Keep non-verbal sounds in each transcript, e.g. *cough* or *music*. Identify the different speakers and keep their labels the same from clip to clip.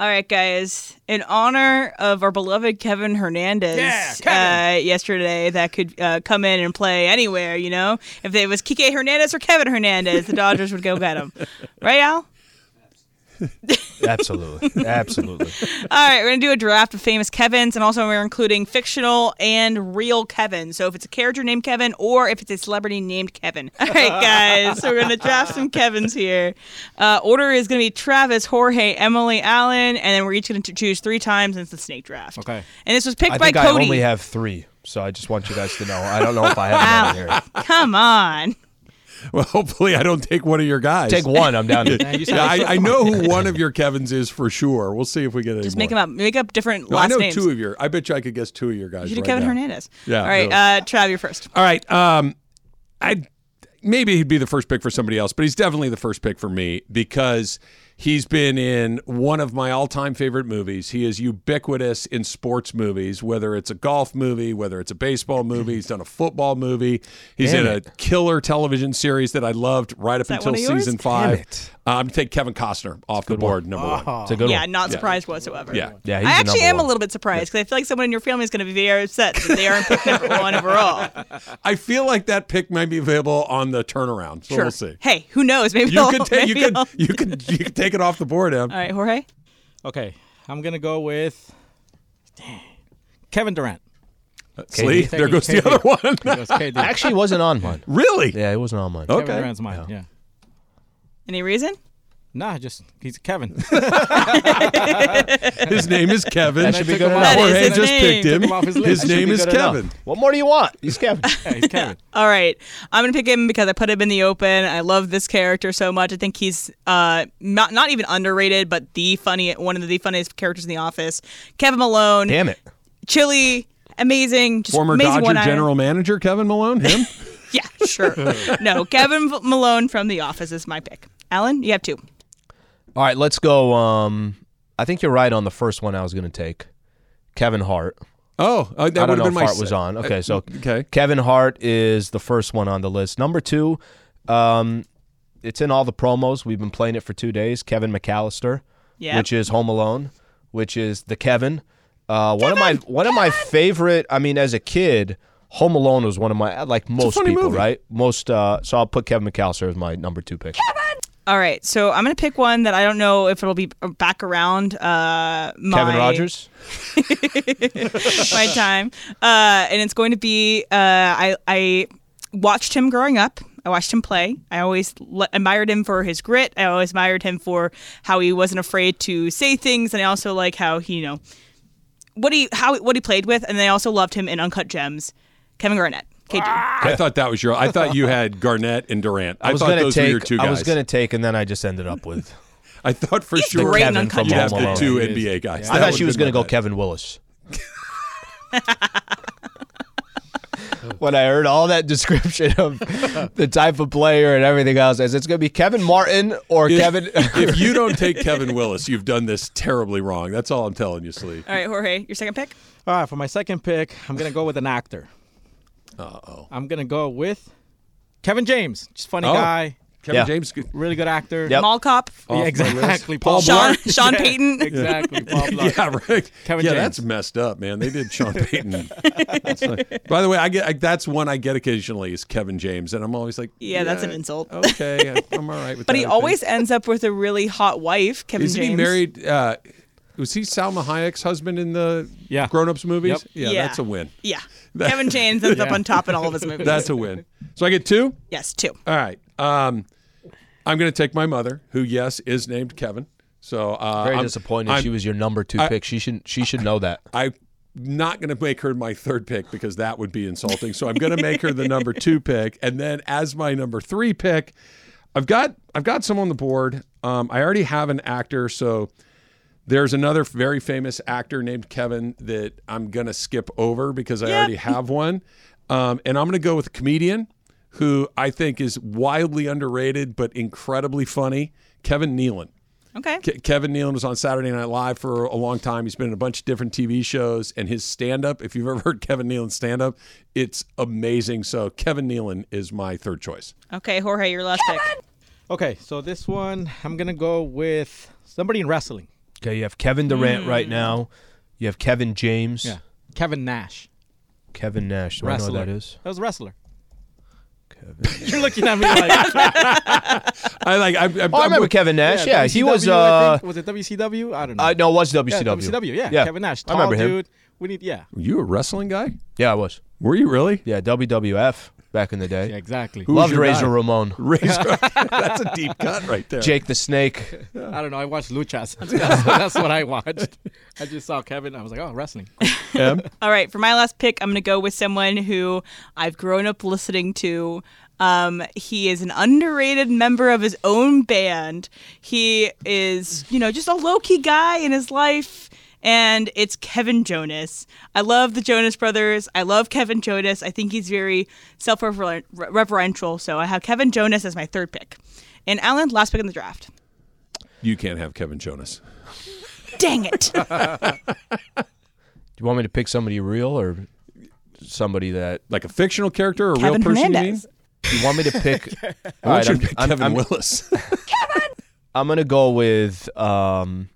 Speaker 1: All right, guys. In honor of our beloved Kevin Hernandez,
Speaker 2: Yeah, Kevin.
Speaker 1: Uh, yesterday that could uh, come in and play anywhere. You know, if it was Kike Hernandez or Kevin Hernandez, the Dodgers would go get
Speaker 2: *laughs*
Speaker 1: him, right, Al? *laughs*
Speaker 2: Absolutely. Absolutely.
Speaker 1: All right, we're gonna do a draft of famous Kevins, and also we're including fictional and real Kevin. So if it's a character named Kevin, or if it's a celebrity named Kevin. All right, guys, *laughs* so we're gonna draft some Kevins here. Uh, order is gonna be Travis, Jorge, Emily, Allen, and then we're each gonna t- choose three times, and it's the snake draft.
Speaker 2: Okay.
Speaker 1: And this was picked
Speaker 2: I
Speaker 1: by
Speaker 2: think I
Speaker 1: Cody.
Speaker 2: only have three, so I just want you guys to know. I don't know if I have any here.
Speaker 1: Come
Speaker 3: *laughs*
Speaker 1: on.
Speaker 3: Well, hopefully I don't take one of your guys.
Speaker 2: Take one. I'm down.
Speaker 3: *laughs* Yeah,
Speaker 2: To,
Speaker 3: I, I
Speaker 1: *laughs*
Speaker 3: know who one of your Kevin's is for sure. We'll see if we get any
Speaker 1: Just
Speaker 3: more.
Speaker 1: make them up. Make up different
Speaker 3: No, I
Speaker 1: last
Speaker 3: know
Speaker 1: names.
Speaker 3: two of your. I bet you I could guess two of your guys.
Speaker 1: you should do
Speaker 3: right
Speaker 1: Kevin
Speaker 3: now.
Speaker 1: Hernandez.
Speaker 3: Yeah,
Speaker 1: All right,
Speaker 3: really.
Speaker 1: uh, Trav, you're first.
Speaker 3: All right. Um, I maybe he'd be the first pick for somebody else, but he's definitely the first pick for me because he's been in one of my all-time favorite movies. He is ubiquitous in sports movies, whether it's a golf movie, whether it's a baseball movie. He's done a football movie. He's
Speaker 2: Mm-hmm. Damn
Speaker 3: in
Speaker 2: it.
Speaker 3: a killer television series that I loved right up
Speaker 1: that
Speaker 3: until
Speaker 1: one of yours?
Speaker 3: season five.
Speaker 2: it.
Speaker 3: Uh, I'm gonna take Kevin Costner off the board, number one.
Speaker 2: Oh. it's a good
Speaker 1: Yeah,
Speaker 2: one.
Speaker 1: not surprised whatsoever.
Speaker 3: Yeah.
Speaker 2: Yeah, he's
Speaker 1: I
Speaker 2: the
Speaker 1: actually
Speaker 2: number
Speaker 1: am a
Speaker 2: one.
Speaker 1: little bit surprised because I feel like someone in your family is going to be very upset that they aren't picked number one
Speaker 3: *laughs*
Speaker 1: overall.
Speaker 3: *laughs* I feel like that pick might be available on the turnaround, so
Speaker 1: Sure.
Speaker 3: we'll see.
Speaker 1: Hey, who knows? Maybe
Speaker 3: You
Speaker 1: I'll- *laughs*
Speaker 3: could take you
Speaker 1: maybe
Speaker 3: could
Speaker 1: I'll-
Speaker 3: you could you could take it off the board, Em.
Speaker 1: All right, Jorge.
Speaker 4: Okay, I'm gonna go with Kevin Durant.
Speaker 3: Slee,
Speaker 4: KD.
Speaker 3: Uh, there goes the
Speaker 4: KD.
Speaker 3: other
Speaker 4: *laughs*
Speaker 3: one.
Speaker 4: He goes KD.
Speaker 3: *laughs*
Speaker 2: I actually wasn't on mine.
Speaker 3: really?
Speaker 2: Yeah, it wasn't on mine.
Speaker 3: Okay.
Speaker 4: Kevin Durant's mine. Yeah.
Speaker 1: Any reason?
Speaker 4: Nah, just he's Kevin. *laughs*
Speaker 3: *laughs* His name is Kevin.
Speaker 2: That should be
Speaker 4: took
Speaker 2: good
Speaker 4: him off.
Speaker 2: enough.
Speaker 1: That is
Speaker 3: Jorge
Speaker 1: his
Speaker 3: just
Speaker 1: name.
Speaker 3: picked
Speaker 4: Took
Speaker 3: him.
Speaker 4: him
Speaker 3: *laughs*
Speaker 4: off his list. That should
Speaker 3: name
Speaker 2: be
Speaker 3: is
Speaker 2: good enough.
Speaker 3: Kevin.
Speaker 2: What more do you want? He's Kevin.
Speaker 4: Yeah, he's Kevin.
Speaker 1: All right, I'm gonna pick him because I put him in the open. I love this character so much. I think he's uh, not not even underrated, but the funny one of the funniest characters in The Office. Kevin Malone,
Speaker 2: Damn it.
Speaker 1: chilly, amazing, just
Speaker 3: Former
Speaker 1: amazing
Speaker 3: Dodger
Speaker 1: one-eyed.
Speaker 3: general manager Kevin Malone. Him.
Speaker 1: *laughs* Yeah, sure. no, Kevin V- Malone from The Office is my pick. Alan, you have two.
Speaker 2: All right, let's go. Um, I think you're right on the first one I was going to take. Kevin Hart.
Speaker 3: Oh, uh, that
Speaker 2: I don't
Speaker 3: would
Speaker 2: know
Speaker 3: have
Speaker 2: if
Speaker 3: been my
Speaker 2: Hart
Speaker 3: se- uh,
Speaker 2: was on. Okay, so
Speaker 3: okay.
Speaker 2: Kevin Hart is the first one on the list. Number two, um, it's in all the promos. We've been playing it for two days. Kevin McAllister,
Speaker 1: Yeah.
Speaker 2: which is Home Alone, which is the Kevin. Uh, one of my one of my favorite. I mean, as a kid, Home Alone was one of my like most
Speaker 3: funny
Speaker 2: people,
Speaker 3: movie.
Speaker 2: right? Most. Uh, so I'll put Kevin McAllister as my number two pick.
Speaker 1: All right, so I'm gonna pick one that I don't know if it'll be back around. Uh, my,
Speaker 2: Kevin Rogers.
Speaker 1: *laughs* my time, uh, and it's going to be. Uh, I I watched him growing up. I watched him play. I always le- admired him for his grit. I always admired him for how he wasn't afraid to say things, and I also like how he you know what he how what he played with, and I also loved him in Uncut Gems. Kevin Garnett, KG.
Speaker 3: *laughs* I thought that was your. I thought you had Garnett and Durant. I,
Speaker 2: I was
Speaker 3: thought
Speaker 2: gonna
Speaker 3: those
Speaker 2: take.
Speaker 3: were your two guys.
Speaker 2: I was gonna take, and then I just ended up with.
Speaker 3: *laughs* I thought for
Speaker 1: He's
Speaker 3: sure
Speaker 1: great in
Speaker 2: Kevin
Speaker 1: Uncut
Speaker 2: from
Speaker 3: you'd have
Speaker 1: Gems.
Speaker 2: Home
Speaker 3: the
Speaker 2: Alone.
Speaker 3: two
Speaker 4: Yeah, he is.
Speaker 3: NBA guys.
Speaker 2: I
Speaker 3: That
Speaker 2: thought she
Speaker 3: would've
Speaker 2: was
Speaker 3: been my
Speaker 2: going to go
Speaker 3: bet. *laughs*
Speaker 2: Kevin Willis. when I heard all that description of the type of player and everything else, I said it's going to be Kevin Martin or
Speaker 3: If-
Speaker 2: Kevin.
Speaker 3: *laughs* if you don't take *laughs* Kevin Willis, you've done this terribly wrong. That's all I'm telling you, Slee.
Speaker 1: All right, Jorge, your second pick.
Speaker 4: All right, for my second pick, I'm gonna go with an actor. Uh oh. I'm gonna go with Kevin James. Just funny
Speaker 3: Oh.
Speaker 4: guy,
Speaker 3: Kevin
Speaker 2: Yeah.
Speaker 3: James.
Speaker 4: really good actor.
Speaker 2: Yep.
Speaker 1: Mall cop.
Speaker 4: Yeah, exactly. Paul
Speaker 1: Sean,
Speaker 4: Blart.
Speaker 1: Sean
Speaker 4: *laughs* Yeah,
Speaker 1: Payton.
Speaker 3: *laughs*
Speaker 4: Exactly. Paul Blart.
Speaker 3: Yeah, right.
Speaker 4: Kevin
Speaker 3: yeah,
Speaker 4: James.
Speaker 3: that's messed up, man. They did
Speaker 4: *laughs*
Speaker 3: Sean Payton. That's like- by the way, I get I, that's one I get occasionally is Kevin James, and I'm always like,
Speaker 1: Yeah, that's an insult.
Speaker 4: *laughs*
Speaker 3: Okay, I- I'm all right with that.
Speaker 1: But he
Speaker 3: I think.
Speaker 1: always ends up with a really hot wife, Kevin
Speaker 3: isn't
Speaker 1: James.
Speaker 3: he married? Uh, was he Salma Hayek's husband in the
Speaker 4: Yeah.
Speaker 3: Grown Ups movies?
Speaker 4: Yep.
Speaker 3: Yeah, that's a win. *laughs*
Speaker 1: Yeah. Kevin James ends up on top in all of his movies.
Speaker 3: That's a win. So I get two.
Speaker 1: yes, two.
Speaker 3: All right. Um, I'm going to take my mother, who yes is named Kevin. So uh,
Speaker 2: Very
Speaker 3: I'm,
Speaker 2: disappointed.
Speaker 3: I'm-
Speaker 2: she was your number two pick. She should. She should know that.
Speaker 3: I'm not going to make her my third pick because that would be insulting. So I'm going to make her the number two pick, and then as my number three pick, I've got I've got some on the board. Um, I already have an actor, so There's another very famous actor named Kevin that I'm going to skip over because I already have one. Um, and I'm going to go with a comedian who I think is wildly underrated but incredibly funny Kevin Nealon.
Speaker 1: Okay.
Speaker 3: Ke- Kevin Nealon was on Saturday Night Live for a long time. He's been in a bunch of different TV shows, and his stand up, if you've *laughs* ever heard Kevin Nealon stand up, it's amazing. So, Kevin Nealon is my third choice.
Speaker 1: *laughs* Okay, Jorge, your last pick.
Speaker 4: Okay, so this one I'm gonna go with somebody in wrestling.
Speaker 2: Okay, you have Kevin
Speaker 1: Mm.
Speaker 2: Durant right now. You have Kevin James.
Speaker 4: Kevin Nash.
Speaker 2: Kevin Nash. Do I know
Speaker 4: Wrestler.
Speaker 2: who that is?
Speaker 4: That was a wrestler. *laughs* You're looking at me *laughs* like
Speaker 3: *laughs* I like, I, I,
Speaker 2: Oh, *laughs* I remember Kevin Nash. Yeah, he
Speaker 3: E,
Speaker 2: was.
Speaker 4: WCW, I
Speaker 2: Uh,
Speaker 4: think. was it WCW? I don't know.
Speaker 2: uh, no, it was WCW.
Speaker 4: yeah, WCW. Yeah, Kevin Nash. Tall
Speaker 2: I remember him.
Speaker 4: dude. We need. Yeah.
Speaker 3: You a wrestling guy?
Speaker 2: Yeah, I was.
Speaker 3: Were you really?
Speaker 2: Yeah, WWF back in the day.
Speaker 4: Yeah. Exactly.
Speaker 3: Who's
Speaker 2: Loved
Speaker 3: your
Speaker 2: Razor
Speaker 3: guy?
Speaker 4: *laughs*
Speaker 2: Ramon.
Speaker 3: *laughs* Razor. That's a deep cut right there.
Speaker 2: Jake the *laughs* Snake.
Speaker 4: I don't know. I watched
Speaker 2: *laughs*
Speaker 4: luchas. That's, that's what I watched. I just saw Kevin. I was like, oh, wrestling.
Speaker 1: All right, for my last pick, I'm going to go with someone who I've grown up listening to. Um, he is an underrated member of his own band. He is, you know, just a low key guy in his life. And it's Kevin Jonas. I love the Jonas Brothers. I love Kevin Jonas. I think he's very self reverential. So I have Kevin Jonas as my third pick. And Alan, last pick in the draft.
Speaker 3: You can't have Kevin Jonas.
Speaker 1: Dang
Speaker 3: *laughs*
Speaker 1: it.
Speaker 2: Do you want me to pick somebody real or somebody that
Speaker 3: Like a fictional character or a
Speaker 1: Kevin
Speaker 3: real person,
Speaker 1: Hernandez.
Speaker 2: you want me to
Speaker 3: *laughs*
Speaker 2: pick?
Speaker 3: you mean?
Speaker 2: All right,
Speaker 3: you
Speaker 2: I'm,
Speaker 3: to pick
Speaker 2: I'm-
Speaker 3: Kevin
Speaker 2: I'm-
Speaker 3: Willis.
Speaker 2: *laughs* I'm gonna go with um,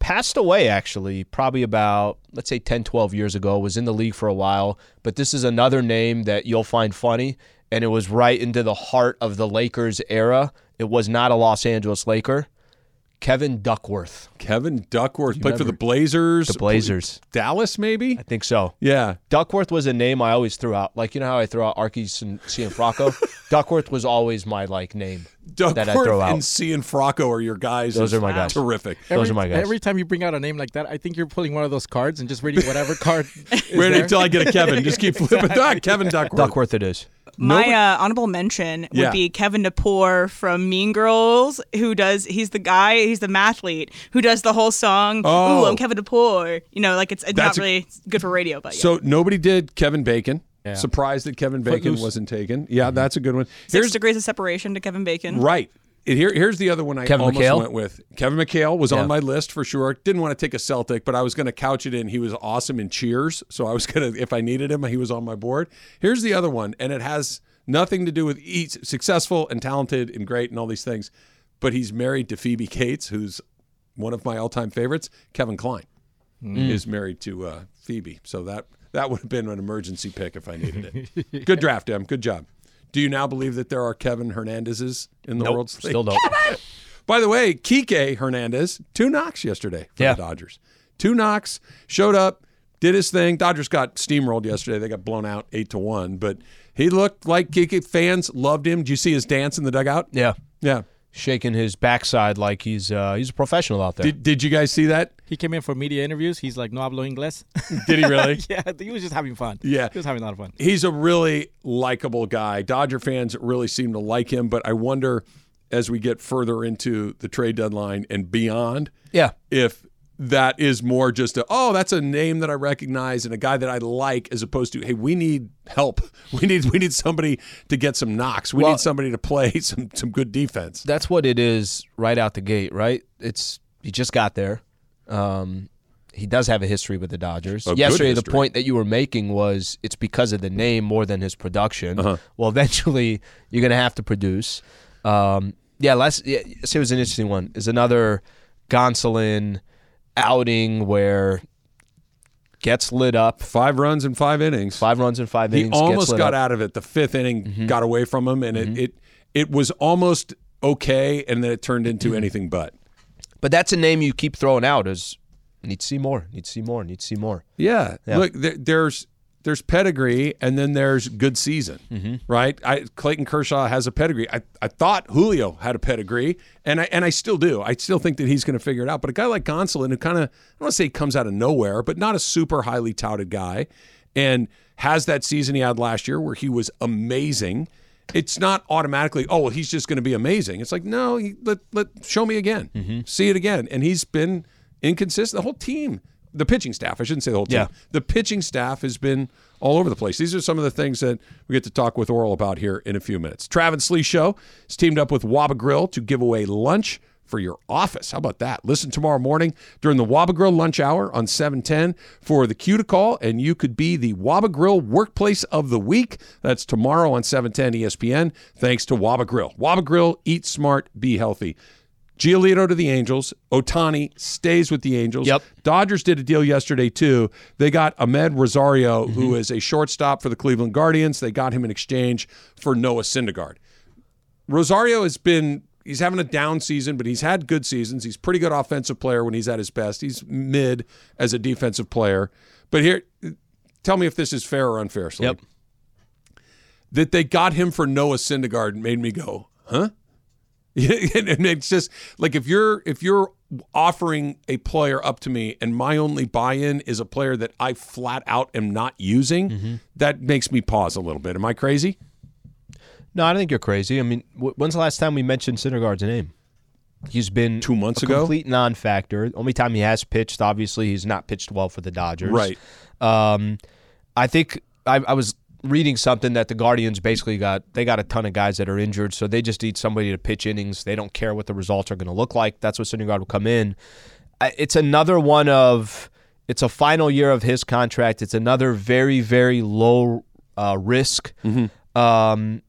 Speaker 2: passed away actually, probably about let's say 10, 12 years ago. Was in the league for a while, but this is another name that you'll find funny, and it was right into the heart of the Lakers era. It was not a Los Angeles Laker. Kevin Duckworth,
Speaker 3: Kevin Duckworth played for the Blazers.
Speaker 2: the Blazers.
Speaker 3: Dallas, maybe?
Speaker 2: I think so.
Speaker 3: Yeah.
Speaker 2: Duckworth was a name I always threw out. Like you know how I throw out Archie and
Speaker 3: *laughs*
Speaker 2: Cianfrocco? Duckworth was always my like name that I throw
Speaker 3: Duckworth
Speaker 2: out.
Speaker 3: and C and Frocco are your guys.
Speaker 2: Those
Speaker 3: It's
Speaker 2: are my guys.
Speaker 3: Terrific.
Speaker 2: *laughs* Those are my guys.
Speaker 4: Every time you bring out a name like that, I think you're pulling one of those cards and just reading whatever card. Is
Speaker 3: Wait
Speaker 4: there.
Speaker 3: until I get a Kevin.
Speaker 4: *laughs*
Speaker 3: Just
Speaker 2: *laughs*
Speaker 3: keep flipping. Ah, Kevin Duckworth.
Speaker 2: Duckworth it is.
Speaker 1: My uh, honorable mention would
Speaker 3: Yeah.
Speaker 1: be Kevin Napoor from Mean Girls, who does he's the guy, he's the mathlete who does the whole song.
Speaker 3: Oh.
Speaker 1: Ooh, I'm Kevin Napoor. You know, like it's, it's not
Speaker 3: That's a-
Speaker 1: really good for radio, but yeah.
Speaker 3: So nobody did Kevin Bacon.
Speaker 4: Yeah.
Speaker 3: Surprised that Kevin Bacon
Speaker 4: Footloose.
Speaker 3: wasn't taken. Yeah, that's a good one.
Speaker 1: six
Speaker 3: Here's
Speaker 1: degrees of separation to Kevin Bacon.
Speaker 3: Right. And Here, here's the other one I
Speaker 2: Kevin
Speaker 3: almost
Speaker 2: McHale?
Speaker 3: went with. Kevin McHale was on my list for sure. Didn't want to take a Celtic, but I was going to couch it in. He was awesome in Cheers, so I was going to, if I needed him, he was on my board. Here's the other one, and it has nothing to do with each successful and talented and great and all these things, but he's married to Phoebe Cates, who's one of my all-time favorites. Kevin Klein
Speaker 2: Mm.
Speaker 3: is married to uh, Phoebe, so that that would have been an emergency pick if I needed
Speaker 2: *laughs*
Speaker 3: it. Good draft, Em. Good job. Do you now believe that there are Kevin Hernandezes in the
Speaker 2: Nope,
Speaker 3: world?
Speaker 2: still don't.
Speaker 3: By the way, Kike Hernandez, two knocks yesterday for
Speaker 2: Yeah.
Speaker 3: the Dodgers. Two knocks, showed up, did his thing. Dodgers got steamrolled yesterday. They got blown out eight to one, but he looked like Kike. Fans loved him. Did you see his dance in the dugout?
Speaker 2: Yeah.
Speaker 3: Yeah.
Speaker 2: Shaking his backside like he's uh, he's a professional out there.
Speaker 3: Did, did you guys see that?
Speaker 4: He came in for media interviews. He's like, no hablo inglés.
Speaker 3: Did he really?
Speaker 4: *laughs* yeah, he was just having fun.
Speaker 3: Yeah.
Speaker 4: He was having a lot of fun.
Speaker 3: He's a really likable guy. Dodger fans really seem to like him, but I wonder as we get further into the trade deadline and beyond,
Speaker 2: yeah.
Speaker 3: if that is more just a oh that's a name that I recognize and a guy that I like as opposed to hey we need help *laughs* we need we need somebody to get some knocks we
Speaker 2: Well-
Speaker 3: need somebody to play *laughs* some some good defense
Speaker 2: That's what it is right out the gate, right? It's he just got there. Um, he does have a history with the Dodgers.
Speaker 3: good
Speaker 2: Yesterday, the
Speaker 3: history.
Speaker 2: point that you were making was it's because of the name more than his production.
Speaker 3: Uh-huh.
Speaker 2: Well, *laughs* eventually, you're going to have to produce. Um, yeah, last yeah, so it was an interesting one. Is another Gonsolin outing where gets lit up,
Speaker 3: five runs in five innings
Speaker 2: five runs in five
Speaker 3: he
Speaker 2: innings. gets
Speaker 3: almost
Speaker 2: lit
Speaker 3: got
Speaker 2: up. Mm-hmm.
Speaker 3: out of it the fifth inning got away from him and it, it it was almost okay and then it turned
Speaker 2: Mm-hmm.
Speaker 3: into anything but
Speaker 2: But that's a name you keep throwing out is need to see more, need to see more, need to see more.
Speaker 3: Yeah. Look, there, there's there's pedigree, and then there's good season,
Speaker 2: Mm-hmm.
Speaker 3: right? I, Clayton Kershaw has a pedigree. I, I thought Julio had a pedigree, and I and I still do. I still think that he's going to figure it out. But a guy like Gonsolin, who kind of I don't want to say he comes out of nowhere, but not a super highly touted guy, and has that season he had last year where he was amazing. It's not automatically. Oh, well, he's just going to be amazing. It's like no, he, let let show me again, see it again, and he's been inconsistent. The whole team, the pitching staff, I shouldn't say the whole team.
Speaker 2: Yeah.
Speaker 3: The pitching staff has been all over the place. These are some of the things that we get to talk with Oral about here in a few minutes. Travis Slee Show is teamed up with Waba Grill to give away lunch for your office. How about that? Listen tomorrow morning during the Waba Grill lunch hour on 710 for the cue to call, and you could be the Waba Grill Workplace of the Week. That's tomorrow on E 710 ESPN, thanks to Waba Grill. Waba Grill, eat smart, be healthy. Giolito to the Angels. Otani stays with the Angels.
Speaker 2: Yep.
Speaker 3: Dodgers did a deal yesterday too. They got Ahmed Rosario, who is a shortstop for the Cleveland Guardians. They got him in exchange for Noah Syndergaard. Rosario has been he's having a down season, but he's had good seasons. He's a pretty good offensive player when he's at his best. He's mid as a defensive player. But here tell me if this is fair or unfair, Slee.
Speaker 2: Yep.
Speaker 3: That they got him for Noah Syndergaard made me go, huh? *laughs* and and it's just like if you're if you're offering a player up to me and my only buy-in is a player that I flat out am not using, that makes me pause a little bit. Am I crazy?
Speaker 2: No, I don't think you're crazy. I mean, wh- when's the last time we mentioned Syndergaard's name? He's been
Speaker 3: Two months
Speaker 2: a
Speaker 3: ago?
Speaker 2: complete non-factor. Only time he has pitched, obviously, he's not pitched well for the Dodgers.
Speaker 3: Right.
Speaker 2: Um, I think I, I was reading something that the Guardians basically got. They got a ton of guys that are injured, so they just need somebody to pitch innings. They don't care what the results are going to look like. That's what Syndergaard will come in. I- It's another one of. It's a final year of his contract. It's another very very low uh, risk. Um,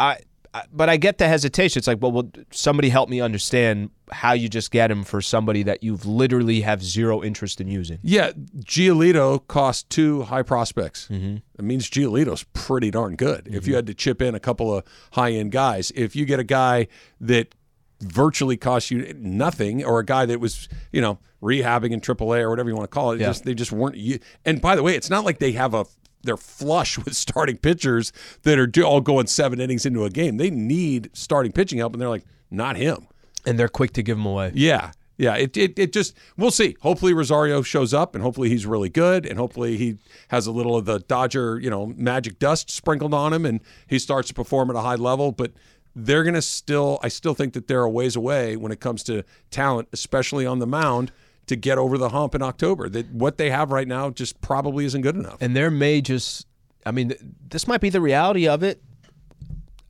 Speaker 2: I, I but I get the hesitation. It's like, well, well, somebody help me understand how you just get him for somebody that you've literally have zero interest in using.
Speaker 3: Yeah, Giolito cost two high prospects. Mm-hmm. That means Giolito's pretty darn good. If you had to chip in a couple of high end guys, if you get a guy that virtually costs you nothing, or a guy that was you know rehabbing in AAA or whatever you want to call it, it
Speaker 2: Yeah.
Speaker 3: just, they just weren't. u- And by the way, it's not like they have a they're flush *laughs* with starting pitchers that are do- all going seven innings into a game. They need starting pitching help, and they're like, not him.
Speaker 2: and they're quick to give them away.
Speaker 3: Yeah. Yeah, it, it, it just, we'll see. Hopefully Rosario shows up and hopefully he's really good and hopefully he has a little of the Dodger, you know, magic dust sprinkled on him and he starts to perform at a high level. But they're going to still, I still think that they're a ways away when it comes to talent, especially on the mound, to get over the hump in October. That what they have right now just probably isn't good enough.
Speaker 2: And there may just, I mean, th- this might be the reality of it.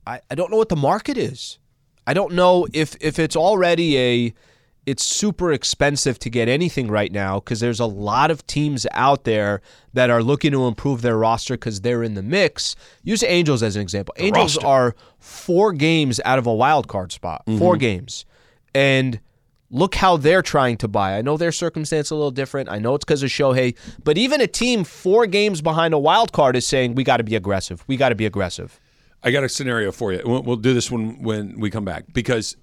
Speaker 2: I, I don't know what the market is. I don't know if if it's already a it's super expensive to get anything right now because there's a lot of teams out there that are looking to improve their roster because they're in the mix. Use Angels as an example. Angels are four games out of a wild card spot. Four
Speaker 3: Mm-hmm.
Speaker 2: games. And look how they're trying to buy. I know their circumstance a little different. I know it's because of Shohei, but even a team four games behind a wild card is saying we got to be aggressive. We got to be aggressive.
Speaker 3: I got a scenario for you. We'll, we'll do this when when we come back because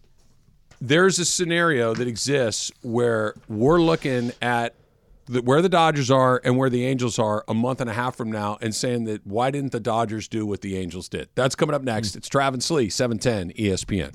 Speaker 3: there's a scenario that exists where we're looking at the, where the Dodgers are and where the Angels are a month and a half from now, and saying that why didn't the Dodgers do what the Angels did? That's coming up
Speaker 2: Hmm.
Speaker 3: next. It's Travis Lee, seven ten E ESPN.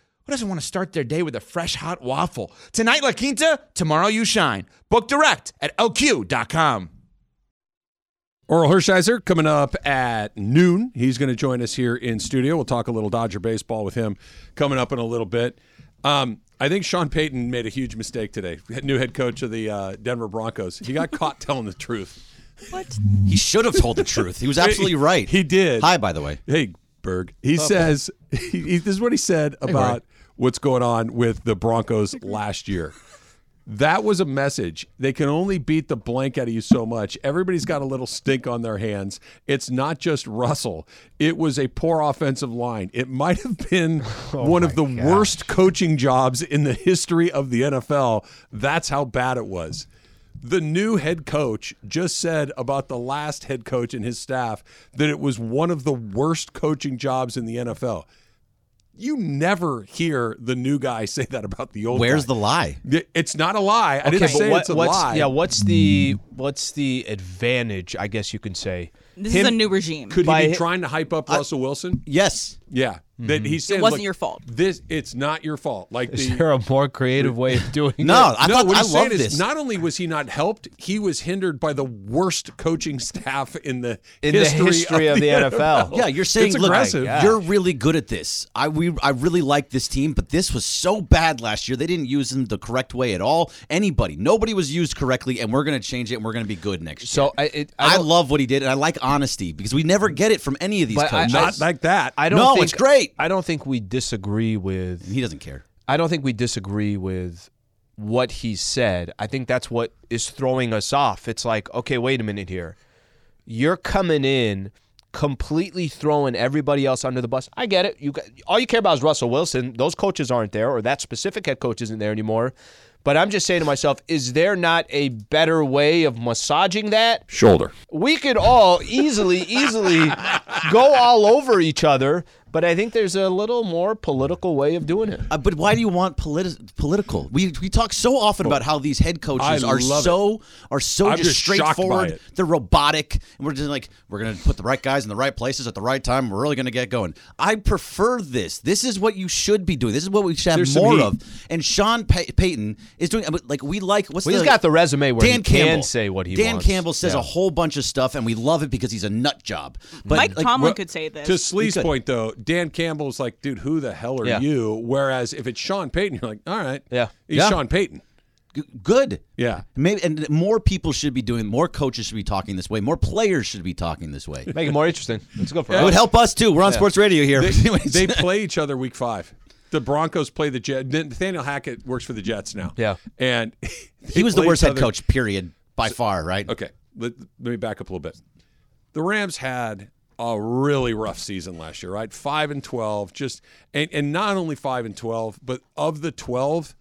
Speaker 5: who doesn't want to start their day with a fresh hot waffle? Tonight, La Quinta, tomorrow, you shine. Book direct at lq.com.
Speaker 3: Oral Hershiser coming up at noon. He's going to join us here in studio. We'll talk a little Dodger baseball with him coming up in a little bit. Um, I think Sean Payton made a huge mistake today. New head coach of the uh, Denver Broncos. He got caught *laughs* telling the truth.
Speaker 6: He should have told the truth. He was absolutely right.
Speaker 3: He did.
Speaker 6: Hi, by the way.
Speaker 3: Hey, Berg. He says, *laughs* he, this is what he said about what's going on with the Broncos last year. That was a message. They can only beat the blank out of you so much. Everybody's got a little stink on their hands. It's not just Russell. It was a poor offensive line. It might have been one of the worst coaching jobs in the history of the NFL. That's how bad it was. The new head coach just said about the last head coach and his staff that it was one of the worst coaching jobs in the NFL. You never hear the new guy *laughs* say that about the old
Speaker 6: Where's
Speaker 3: guy.
Speaker 6: the lie?
Speaker 3: Y- It's not a lie. I didn't say it's a
Speaker 2: what's,
Speaker 3: lie. Mm.
Speaker 2: Yeah, what's the what's the advantage? I guess you can say.
Speaker 1: This
Speaker 2: Him-
Speaker 1: is a new regime.
Speaker 3: Could
Speaker 2: by-
Speaker 3: he be trying to hype up Russell Wilson?
Speaker 6: Yes.
Speaker 3: Yeah, that he's saying
Speaker 1: wasn't
Speaker 3: "Look,
Speaker 1: your fault."
Speaker 3: This it's not your fault. Like
Speaker 2: Mm-hmm. Is
Speaker 3: the
Speaker 2: there a more creative way of
Speaker 3: *laughs*
Speaker 2: doing it?
Speaker 6: No, I
Speaker 3: no,
Speaker 6: thought
Speaker 3: what
Speaker 6: I
Speaker 3: he's saying
Speaker 6: love
Speaker 3: is
Speaker 6: this.
Speaker 3: not only was he not helped, he was hindered by the worst coaching *laughs* staff in the
Speaker 2: in
Speaker 3: history,
Speaker 2: the history of the NFL.
Speaker 6: yeah, you're saying
Speaker 3: it's
Speaker 6: look,
Speaker 3: aggressive.
Speaker 6: you're really good at this. I we I really like this team, but this was so bad last year. They didn't use them the correct way at all. Anybody, nobody was used correctly, and we're gonna change it. and We're gonna be good next year.
Speaker 2: So I, it, I,
Speaker 6: I,
Speaker 2: don't-
Speaker 6: love what he did, and I like honesty because we never get it from any of these
Speaker 2: But I-
Speaker 6: coaches.
Speaker 3: Not like that.
Speaker 2: I don't.
Speaker 6: No,
Speaker 2: think,
Speaker 6: it's great.
Speaker 2: I don't think we disagree with.
Speaker 6: he doesn't care.
Speaker 2: I don't think we disagree with what he said. I think that's what is throwing us off. It's like, okay, wait a minute here. You're coming in completely throwing everybody else under the bus. I get it. You got, all you care about is Russell Wilson. Those coaches aren't there or that specific head coach isn't there anymore. But I'm just saying to myself, is there not a better way of massaging that?
Speaker 3: shoulder.
Speaker 2: we could all easily, easily go all over each other, but I think there's a little more political way of doing it.
Speaker 6: Uh, but why do you want politi- political? We we talk so often about how these head coaches
Speaker 3: I
Speaker 6: are
Speaker 3: love
Speaker 6: so are so
Speaker 3: I'm
Speaker 6: just,
Speaker 3: just shocked by
Speaker 6: straightforward.
Speaker 3: it.
Speaker 6: They're robotic, and we're just like we're gonna put the right guys in the right places at the right time. We're really gonna get going. I prefer this. This is what you should be doing. This is what we should have
Speaker 3: There's some
Speaker 6: more
Speaker 3: heat.
Speaker 6: of. And Sean Pay- Payton is doing but, like we like. What's
Speaker 2: Well,
Speaker 6: the,
Speaker 2: he's got the resume where
Speaker 6: Dan
Speaker 2: he can
Speaker 6: Campbell
Speaker 2: say what he
Speaker 6: Dan
Speaker 2: wants.
Speaker 6: Campbell says
Speaker 2: Yeah.
Speaker 6: a whole bunch of stuff, and we love it because he's a nut job. But
Speaker 1: Mike
Speaker 6: like,
Speaker 1: Tomlin
Speaker 6: we're-
Speaker 1: could say this.
Speaker 3: To Slee's point, though, Dan Campbell's like, dude, who the hell are
Speaker 2: Yeah.
Speaker 3: you? Whereas if it's Sean Payton, you're like, all right,
Speaker 2: Yeah.
Speaker 3: he's
Speaker 6: Yeah.
Speaker 3: Sean Payton.
Speaker 6: G- good.
Speaker 3: Yeah.
Speaker 6: Maybe and more people should be doing. More coaches should be talking this way. More players should be talking this way.
Speaker 2: Make it more interesting. Let's go for
Speaker 6: It would help us too. We're on sports radio here. *laughs*
Speaker 3: They,
Speaker 6: Anyways.
Speaker 3: they play each other week five. The Broncos play the Jets. Nathaniel Hackett works for the Jets now.
Speaker 2: Yeah.
Speaker 3: and *laughs*
Speaker 6: he was the worst head
Speaker 3: coach.
Speaker 6: coach, period, by far. Right?
Speaker 3: Okay, let, let me back up a little bit. The Rams had a really rough season last year, right? Five and twelve, just and and not only five and twelve, but of the twelve,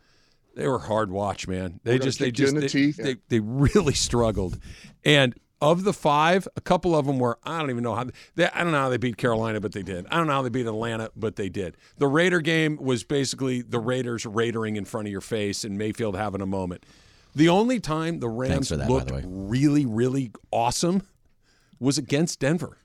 Speaker 3: they were hard watch, man. They just they
Speaker 7: kick you
Speaker 3: just
Speaker 7: in the
Speaker 3: they,
Speaker 7: teeth.
Speaker 3: they, they really struggled, and. Of the five, a couple of them were I don't even know how they, I don't know how they beat Carolina, but they did. I don't know how they beat Atlanta, but they did. The Raider game was basically the Raiders raidering in front of your face and Mayfield having a moment. The only time the Rams
Speaker 6: for that, by
Speaker 3: looked
Speaker 6: the way.
Speaker 3: really, really awesome was against Denver.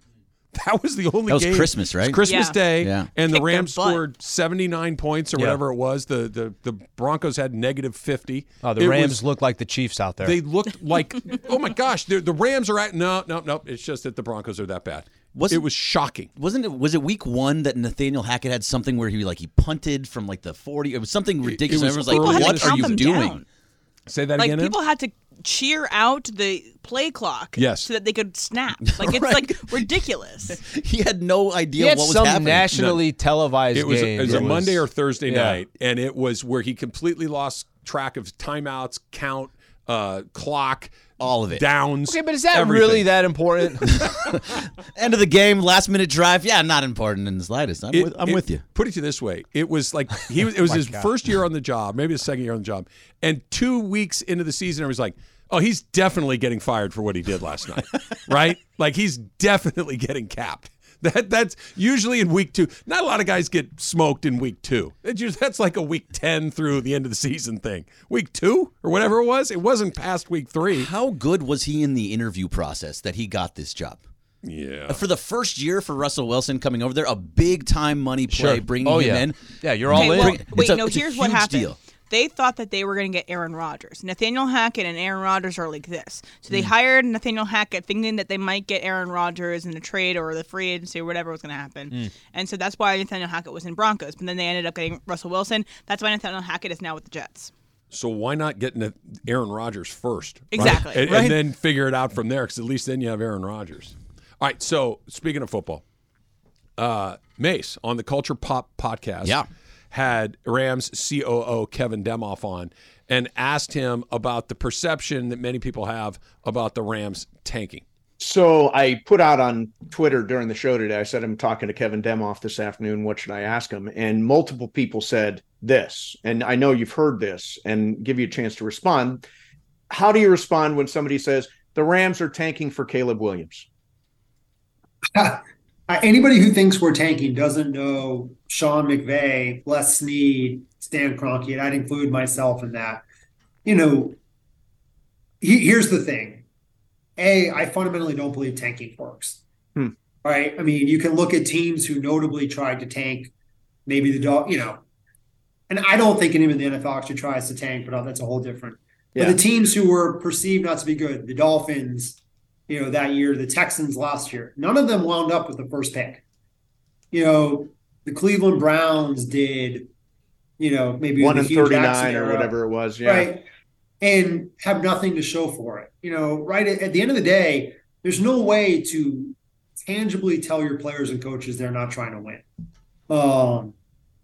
Speaker 3: That was the only
Speaker 6: That was
Speaker 3: game.
Speaker 6: Christmas, right?
Speaker 3: It's Christmas
Speaker 1: Yeah.
Speaker 3: Day.
Speaker 6: Yeah.
Speaker 1: Kicked
Speaker 3: And the
Speaker 1: their
Speaker 3: Rams
Speaker 1: butt.
Speaker 3: scored 79 points or whatever it was. The, the the Broncos had negative 50.
Speaker 2: Oh, the
Speaker 3: It
Speaker 2: Rams
Speaker 3: was-
Speaker 2: look like the Chiefs out there.
Speaker 3: they looked like, *laughs* oh my gosh, they're- the Rams are at. No, no, no. It's just that the Broncos are that bad.
Speaker 6: Wasn't-
Speaker 3: it was shocking.
Speaker 6: Wasn't it? Was it week one that Nathaniel Hackett had something where he like he punted from like the forty? It was something ridiculous. Everyone's
Speaker 3: was early
Speaker 6: like,
Speaker 3: in
Speaker 6: "What
Speaker 3: the
Speaker 6: are
Speaker 3: season.
Speaker 6: you
Speaker 1: Count them
Speaker 6: doing?"
Speaker 1: down.
Speaker 3: Say that
Speaker 1: like
Speaker 3: again. Em?
Speaker 1: people had to cheer out the play clock
Speaker 3: Yes.
Speaker 1: so that they could
Speaker 3: *laughs*
Speaker 1: snap. Like it's
Speaker 6: Right.
Speaker 1: like ridiculous.
Speaker 6: He had no idea
Speaker 2: he had
Speaker 6: what was
Speaker 2: some
Speaker 6: happening.
Speaker 2: nationally televised
Speaker 3: it was,
Speaker 2: game.
Speaker 3: It was a
Speaker 2: that was-
Speaker 3: Monday or Thursday
Speaker 2: yeah.
Speaker 3: night, and it was where he completely lost track of timeouts, count, uh, clock,
Speaker 6: All of it.
Speaker 3: downs.
Speaker 2: Okay, but is that
Speaker 3: everything.
Speaker 2: really that important?
Speaker 6: *laughs* End of the game, last minute drive. Yeah, not important in the slightest. I'm,
Speaker 3: It-
Speaker 6: with, I'm
Speaker 3: it-
Speaker 6: with you.
Speaker 3: Put it to this way: it was like he was. It was his first year on the job, maybe his second year on the job, and two weeks into the season, I was like, "Oh, he's definitely getting fired for what he did last night, right? Like he's definitely getting capped." *laughs* That that's usually in week two. Not a lot of guys get smoked in week two. That's just- that's like a week ten through the end of the season thing. Week two or whatever it was, it wasn't past week three.
Speaker 6: How good was he in the interview process that he got this job?
Speaker 3: Yeah,
Speaker 6: For the first year for Russell Wilson coming over there, a big time money play bringing
Speaker 2: Oh,
Speaker 6: him
Speaker 2: yeah.
Speaker 6: in.
Speaker 2: Yeah, you're all
Speaker 1: Okay,
Speaker 2: in.
Speaker 1: well,
Speaker 6: It's
Speaker 1: wait,
Speaker 6: a-
Speaker 1: no,
Speaker 6: it's a
Speaker 1: here's what
Speaker 6: huge
Speaker 1: happened.
Speaker 6: deal.
Speaker 1: They thought that they were going to get Aaron Rodgers. Nathaniel Hackett and Aaron Rodgers are like this. So they hired Nathaniel Hackett thinking that they might get Aaron Rodgers in a trade or the free agency or whatever was going to happen.
Speaker 6: Hmm.
Speaker 1: And so that's why Nathaniel Hackett was in Broncos. But then they ended up getting Russell Wilson. That's why Nathaniel Hackett is now with the Jets.
Speaker 3: So why not get Na- Aaron Rodgers first? right?
Speaker 1: Exactly.
Speaker 3: And, and then figure it out from there because at least then you have Aaron Rodgers. All right. So speaking of football, uh, Mace on the Culture Pop podcast
Speaker 6: Yeah.
Speaker 3: had Rams COO Kevin Demoff on and asked him about the perception that many people have about the Rams tanking.
Speaker 7: So I put out on Twitter during the show today, I said, I'm talking to Kevin Demoff this afternoon. What should I ask him? And multiple people said this. And I know you've heard this and give you a chance to respond. How do you respond when somebody says, the Rams are tanking for Caleb Williams?
Speaker 8: *laughs* Uh, Anybody who thinks we're tanking doesn't know Sean McVay, Les Snead, Stan Kroenke, and I'd include myself in that. You know, he- here's the thing. A, I fundamentally don't believe tanking works.
Speaker 7: Hmm.
Speaker 8: Right? I mean, you can look at teams who notably tried to tank, maybe the dog, you know, and I don't think anyone in the NFL actually tries to tank, but uh, that's a whole different.
Speaker 7: Yeah.
Speaker 8: But the teams who were perceived not to be good, the Dolphins, you know, that year, the Texans last year, none of them wound up with the first pick. You know, the Cleveland Browns did, you know, maybe
Speaker 7: One
Speaker 8: the
Speaker 7: and
Speaker 8: Hugh Jackson
Speaker 7: 39 or
Speaker 8: era.
Speaker 7: whatever it was. Yeah.
Speaker 8: Right. And have nothing to show for it. You know, right at, at the end of the day, there's no way to tangibly tell your players and coaches they're not trying to win. Um,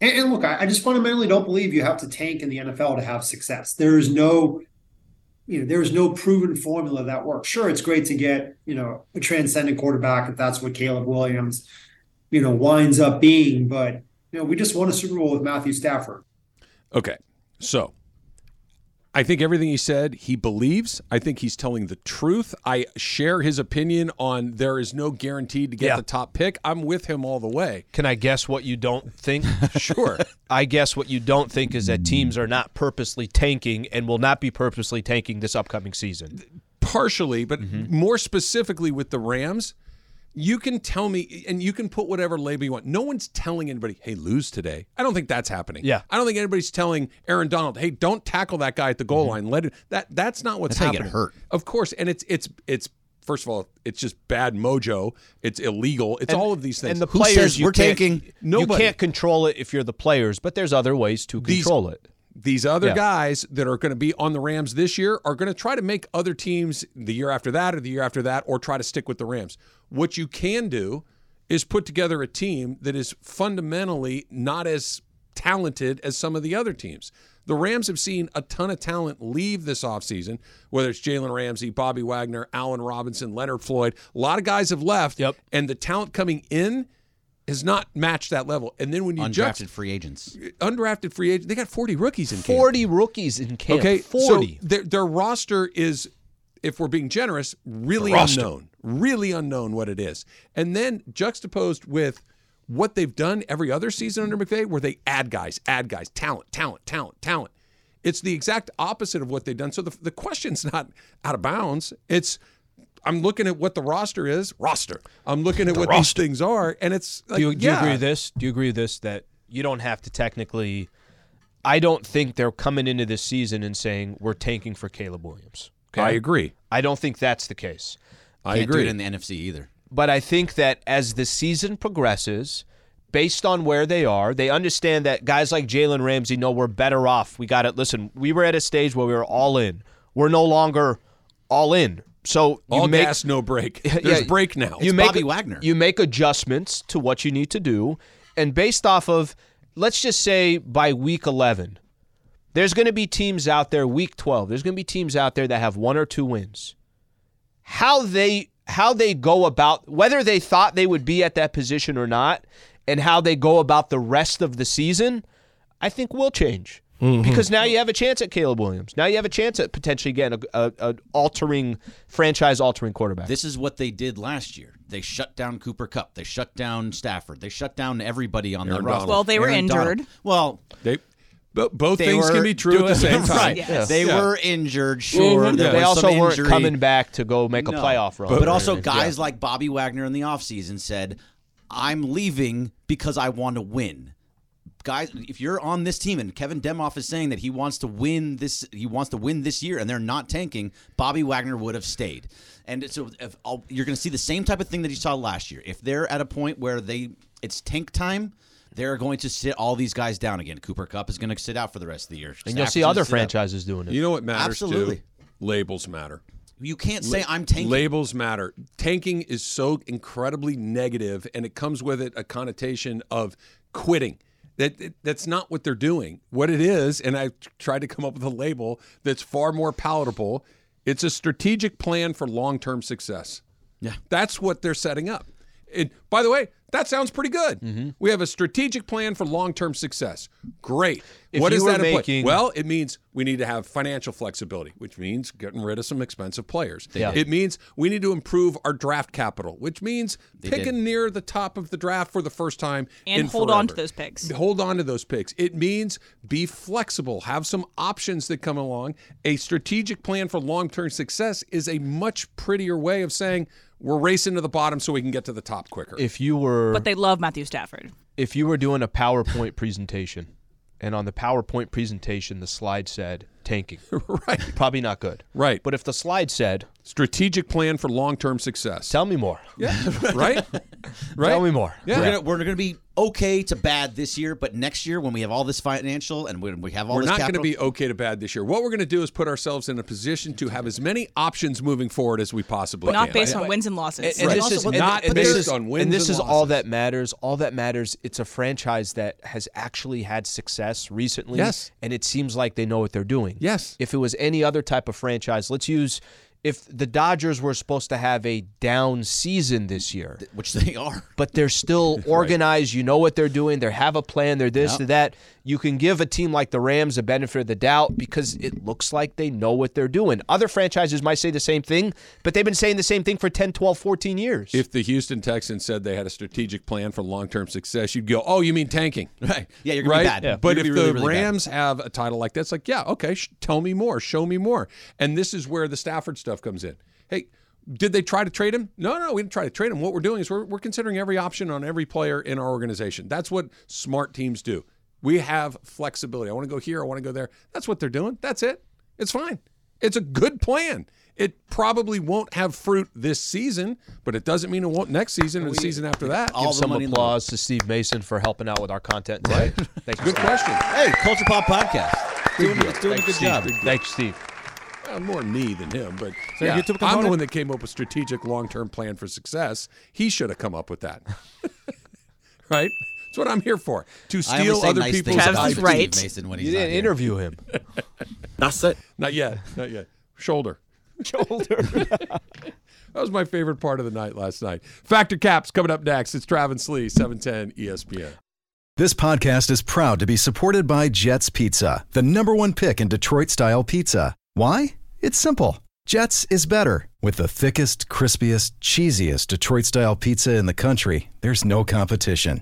Speaker 8: and, and look, I, I just fundamentally don't believe you have to tank in the NFL to have success. There is no, you know, there is no proven formula that works. Sure, it's great to get, you know, a transcendent quarterback if that's what Caleb Williams, you know, winds up being. But, you know, we just won a Super Bowl with Matthew Stafford.
Speaker 3: Okay. So I think everything he said, he believes. I think he's telling the truth. I share his opinion on there is no guarantee to get
Speaker 2: Yeah.
Speaker 3: the top pick. I'm with him all the way.
Speaker 2: Can I guess what you don't think?
Speaker 3: *laughs* Sure.
Speaker 2: I guess what you don't think is that teams are not purposely tanking and will not be purposely tanking this upcoming season.
Speaker 3: partially, but
Speaker 2: Mm-hmm.
Speaker 3: more specifically with the Rams, you can tell me and you can put whatever label you want. No one's telling anybody, hey, lose today. I don't think that's happening.
Speaker 2: Yeah.
Speaker 3: I don't think anybody's telling Aaron Donald, hey, don't tackle that guy at the goal
Speaker 2: Mm-hmm.
Speaker 3: line. Let it that that's not what's
Speaker 6: That's how you
Speaker 3: happening.
Speaker 6: get hurt.
Speaker 3: Of course. And it's it's it's first of all, it's just bad mojo. It's illegal. It's all of these things.
Speaker 2: And the
Speaker 6: Who
Speaker 2: players
Speaker 6: says
Speaker 2: you
Speaker 6: we're
Speaker 2: can't-
Speaker 6: tanking?
Speaker 2: You
Speaker 3: Nobody.
Speaker 2: can't control it if you're the players, but there's other ways to
Speaker 3: These-
Speaker 2: control it.
Speaker 3: these other
Speaker 2: Yeah.
Speaker 3: guys that are going to be on the Rams this year are going to try to make other teams the year after that or the year after that or try to stick with the Rams. What you can do is put together a team that is fundamentally not as talented as some of the other teams. The Rams have seen a ton of talent leave this offseason, whether it's Jalen Ramsey, Bobby Wagner, Allen Robinson, Leonard Floyd. A lot of guys have left,
Speaker 2: Yep.
Speaker 3: and the talent coming in has not matched that level. And then when you
Speaker 6: Undrafted free agents.
Speaker 3: juxt- undrafted free agent, they got 40 rookies in camp.
Speaker 2: 40 rookies in camp.
Speaker 3: Okay,
Speaker 2: 40.
Speaker 3: So their, their roster is, if we're being generous, really unknown. Really unknown what it is. And then juxtaposed with what they've done every other season under McVay, where they add guys, add guys, talent, talent, talent, talent. It's the exact opposite of what they've done. So the, the question's not out of bounds. It's, I'm looking at what the roster is, roster. I'm looking at what these things are, and it's like,
Speaker 2: do you, do you
Speaker 3: yeah.
Speaker 2: agree with this? Do you agree with this that you don't have to technically? I don't think they're coming into this season and saying we're tanking for Caleb Williams.
Speaker 3: I agree.
Speaker 2: I don't think that's the case.
Speaker 3: I
Speaker 6: Can't
Speaker 3: agree.
Speaker 6: do it in the NFC either.
Speaker 2: But I think that as the season progresses, based on where they are, they understand that guys like Jalen Ramsey know we're better off. We got it. Listen, we were at a stage where we were all in. We're no longer all in. So you
Speaker 3: All
Speaker 2: make,
Speaker 3: gas, no break.
Speaker 2: *laughs* Yeah,
Speaker 3: There's
Speaker 2: yeah.
Speaker 3: break now.
Speaker 2: You
Speaker 6: It's
Speaker 2: make
Speaker 6: Bobby Wagner.
Speaker 2: You make adjustments to what you need to do, and based off of, let's just say by week eleven, there's going to be teams out there. Week twelve, there's going to be teams out there that have one or two wins. How they how they go about whether they thought they would be at that position or not, and how they go about the rest of the season, I think will change.
Speaker 9: Mm-hmm.
Speaker 2: Because now you have a chance at Caleb Williams. Now you have a chance at potentially getting a, a, a altering franchise altering quarterback.
Speaker 6: This is what they did last year. They shut down Cooper Cup. They shut down Stafford. They shut down everybody on that roster.
Speaker 3: Donald.
Speaker 1: Well, they were
Speaker 6: Aaron Donald.
Speaker 1: injured.
Speaker 6: Well,
Speaker 3: They, bo- both
Speaker 6: they
Speaker 3: things
Speaker 6: were
Speaker 3: can be true at the
Speaker 6: doing-
Speaker 3: same time.
Speaker 6: *laughs* Right.
Speaker 1: Yes.
Speaker 6: They
Speaker 3: Yeah.
Speaker 6: were injured, sure.
Speaker 3: Mhm.
Speaker 6: There
Speaker 3: Yeah.
Speaker 6: was
Speaker 2: Mm-hmm. They also
Speaker 6: some
Speaker 2: weren't
Speaker 6: injury.
Speaker 2: coming back to go make a
Speaker 6: No.
Speaker 2: playoff run.
Speaker 6: But, but also, guys like Bobby Wagner in the offseason said, I'm leaving because I want to win. Guys, if you're on this team and Kevin Demoff is saying that he wants to win this, he wants to win this year, and they're not tanking. Bobby Wagner would have stayed, and so if I'll, you're going to see the same type of thing that you saw last year. If they're at a point where they it's tank time, they're going to sit all these guys down again. Cooper Cup is going to sit out for the rest of the year,
Speaker 2: and you'll
Speaker 6: Stafford's
Speaker 2: see
Speaker 6: gonna
Speaker 2: other
Speaker 6: sit out.
Speaker 2: franchises doing it.
Speaker 3: You know what matters too?
Speaker 6: Absolutely.
Speaker 3: Labels matter.
Speaker 6: You can't say I'm tanking.
Speaker 3: Labels matter. Tanking is so incredibly negative, and it comes with it a connotation of quitting. That that- that's not what they're doing. What it is, and I tried to come up with a label that's far more palatable. It's a strategic plan for long-term success. Yeah, that's what they're setting up. And by the way, that sounds pretty good.
Speaker 2: Mm-hmm.
Speaker 3: We have a strategic plan for long-term success. Great.
Speaker 2: If
Speaker 3: what
Speaker 2: you
Speaker 3: is
Speaker 2: were
Speaker 3: that? imply-
Speaker 2: making-
Speaker 3: Well, well, it means we need to have financial flexibility, which means getting rid of some expensive players.
Speaker 2: They Yeah. did.
Speaker 3: It means we need to improve our draft capital, which means picking near the top of the draft for the first time
Speaker 1: And
Speaker 3: in
Speaker 1: hold on to
Speaker 3: forever.
Speaker 1: those picks.
Speaker 3: Hold on to those picks. It means be flexible, have some options that come along. A strategic plan for long term success is a much prettier way of saying we're racing to the bottom so we can get to the top quicker.
Speaker 2: If you were
Speaker 1: But they love Matthew Stafford.
Speaker 2: if you were doing a PowerPoint presentation and on the PowerPoint presentation the slide said tanking.
Speaker 3: *laughs* right.
Speaker 2: Probably not good.
Speaker 3: Right.
Speaker 2: But if the slide said
Speaker 3: strategic plan for long term success.
Speaker 2: Tell me more.
Speaker 3: Yeah. *laughs* right? Right?
Speaker 2: *laughs* Tell me more.
Speaker 6: We're gonna, we're gonna be okay to bad this year, but next year when we have all this financial and when we have all
Speaker 3: we're
Speaker 6: this
Speaker 3: not going to
Speaker 6: capital,
Speaker 3: be okay to bad this year. What we're going to do is put ourselves in a position to have as many options moving forward as we possibly
Speaker 1: not
Speaker 3: can.
Speaker 1: based on wins and losses.
Speaker 2: And, and this is and-
Speaker 3: not
Speaker 2: and this
Speaker 3: based
Speaker 2: is-
Speaker 3: on wins
Speaker 2: and this
Speaker 3: and
Speaker 2: is all
Speaker 3: losses.
Speaker 2: that matters. All that matters. It's a franchise that has actually had success recently.
Speaker 3: Yes.
Speaker 2: and it seems like they know what they're doing.
Speaker 3: Yes.
Speaker 2: if it was any other type of franchise, let's use. If the Dodgers were supposed to have a down season this year,
Speaker 6: which they are.
Speaker 2: but
Speaker 3: *laughs*
Speaker 2: they're still organized. You know what they're doing. They have a plan. They're this,
Speaker 6: Yep.
Speaker 2: they're that. You can give a team like the Rams a benefit of the doubt because it looks like they know what they're doing. Other franchises might say the same thing, but they've been saying the same thing for 10, 12, 14 years.
Speaker 3: If the Houston Texans said they had a strategic plan for long-term success, you'd go, "Oh, you mean tanking?" Right?
Speaker 6: Yeah, you're gonna be bad. Yeah. You're
Speaker 3: But
Speaker 6: gonna
Speaker 3: if
Speaker 6: be really,
Speaker 3: the
Speaker 6: really bad.
Speaker 3: Rams have a title like that, it's like, "Yeah, okay, sh- tell me more, show me more." And this is where the Stafford stuff comes in. Hey, did they try to trade him? No, no, we didn't try to trade him. What we're doing is we're, we're considering every option on every player in our organization. That's what smart teams do. We have flexibility. I want to go here. I want to go there. That's what they're doing. That's it. It's fine. It's a good plan. It probably won't have fruit this season, but it doesn't mean it won't next season or the season after that.
Speaker 6: all
Speaker 2: Give
Speaker 6: the
Speaker 2: some
Speaker 6: money in the
Speaker 2: applause to Steve Mason for helping out with our content today. Thanks,
Speaker 3: Good
Speaker 2: Steve.
Speaker 3: question.
Speaker 6: Hey, Culture Pop Podcast. Doing, doing a
Speaker 2: Thanks,
Speaker 6: good
Speaker 2: Steve.
Speaker 6: job.
Speaker 2: Thanks, Steve.
Speaker 3: Well, more me than him, but
Speaker 4: So
Speaker 3: yeah,
Speaker 4: you took a
Speaker 3: I'm the
Speaker 4: component?
Speaker 3: one that came up with strategic long-term plan for success. He should have come up with that, right? That's what I'm here for to
Speaker 6: I always
Speaker 3: steal
Speaker 6: say
Speaker 3: other
Speaker 6: nice
Speaker 3: people's
Speaker 6: things about
Speaker 1: Travis is
Speaker 6: Steve
Speaker 3: ideas.
Speaker 1: right.
Speaker 6: Mason when he's
Speaker 2: You
Speaker 6: not
Speaker 2: didn't
Speaker 6: here.
Speaker 2: interview
Speaker 6: *laughs*
Speaker 2: him.
Speaker 10: That's it.
Speaker 3: Not yet, not yet. Shoulder. *laughs* That was my favorite part of the night last night. Factor Caps coming up next. It's Travis Lee, E 710 ESPN.
Speaker 11: This podcast is proud to be supported by Jets Pizza, the number one pick in Detroit style pizza. Why? It's simple. Jets is better. With the thickest, crispiest, cheesiest Detroit style pizza in the country, there's no competition.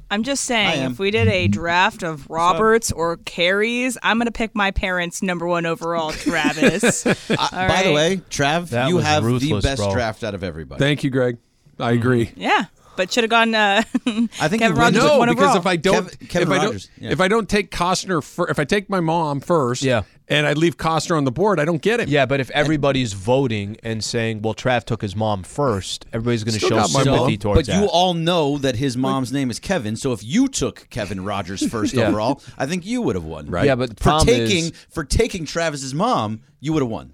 Speaker 1: I'm just
Speaker 6: Hi,
Speaker 1: saying,
Speaker 6: Em.
Speaker 1: if we did a draft of Roberts or Carries, I'm gonna pick my parents' number one overall, Travis.
Speaker 6: *laughs* Uh,
Speaker 1: All
Speaker 6: By the
Speaker 1: right.
Speaker 6: way, Trav,
Speaker 2: That
Speaker 6: you
Speaker 2: was
Speaker 6: have
Speaker 2: ruthless,
Speaker 6: the best
Speaker 2: bro.
Speaker 6: draft out of everybody.
Speaker 3: Thank you, Greg. I agree.
Speaker 1: yeah, but should have gone. Uh, *laughs*
Speaker 6: I
Speaker 1: Kevin
Speaker 6: think you win.
Speaker 1: Rodgers with
Speaker 3: No,
Speaker 1: one
Speaker 3: because
Speaker 1: overall.
Speaker 3: if I don't,
Speaker 6: Kev- Kevin
Speaker 3: if I don't,
Speaker 6: Rogers, yeah.
Speaker 3: if I don't take Costner, fir- if I take my mom first,
Speaker 2: Yeah.
Speaker 3: and I leave Costner on the board, I don't get him.
Speaker 2: Yeah, but if everybody's voting and saying, well, Trav took his mom first, everybody's going to
Speaker 3: Still
Speaker 2: show
Speaker 3: got my mom.
Speaker 2: sympathy
Speaker 6: But
Speaker 2: towards that.
Speaker 6: you all know that his mom's name is Kevin, so if you took Kevin Rogers first
Speaker 2: Yeah.
Speaker 6: overall, I think you would have won.
Speaker 2: Right. Yeah, but the
Speaker 6: for
Speaker 2: problem
Speaker 6: taking
Speaker 2: is-
Speaker 6: for taking Travis's mom, you would have won.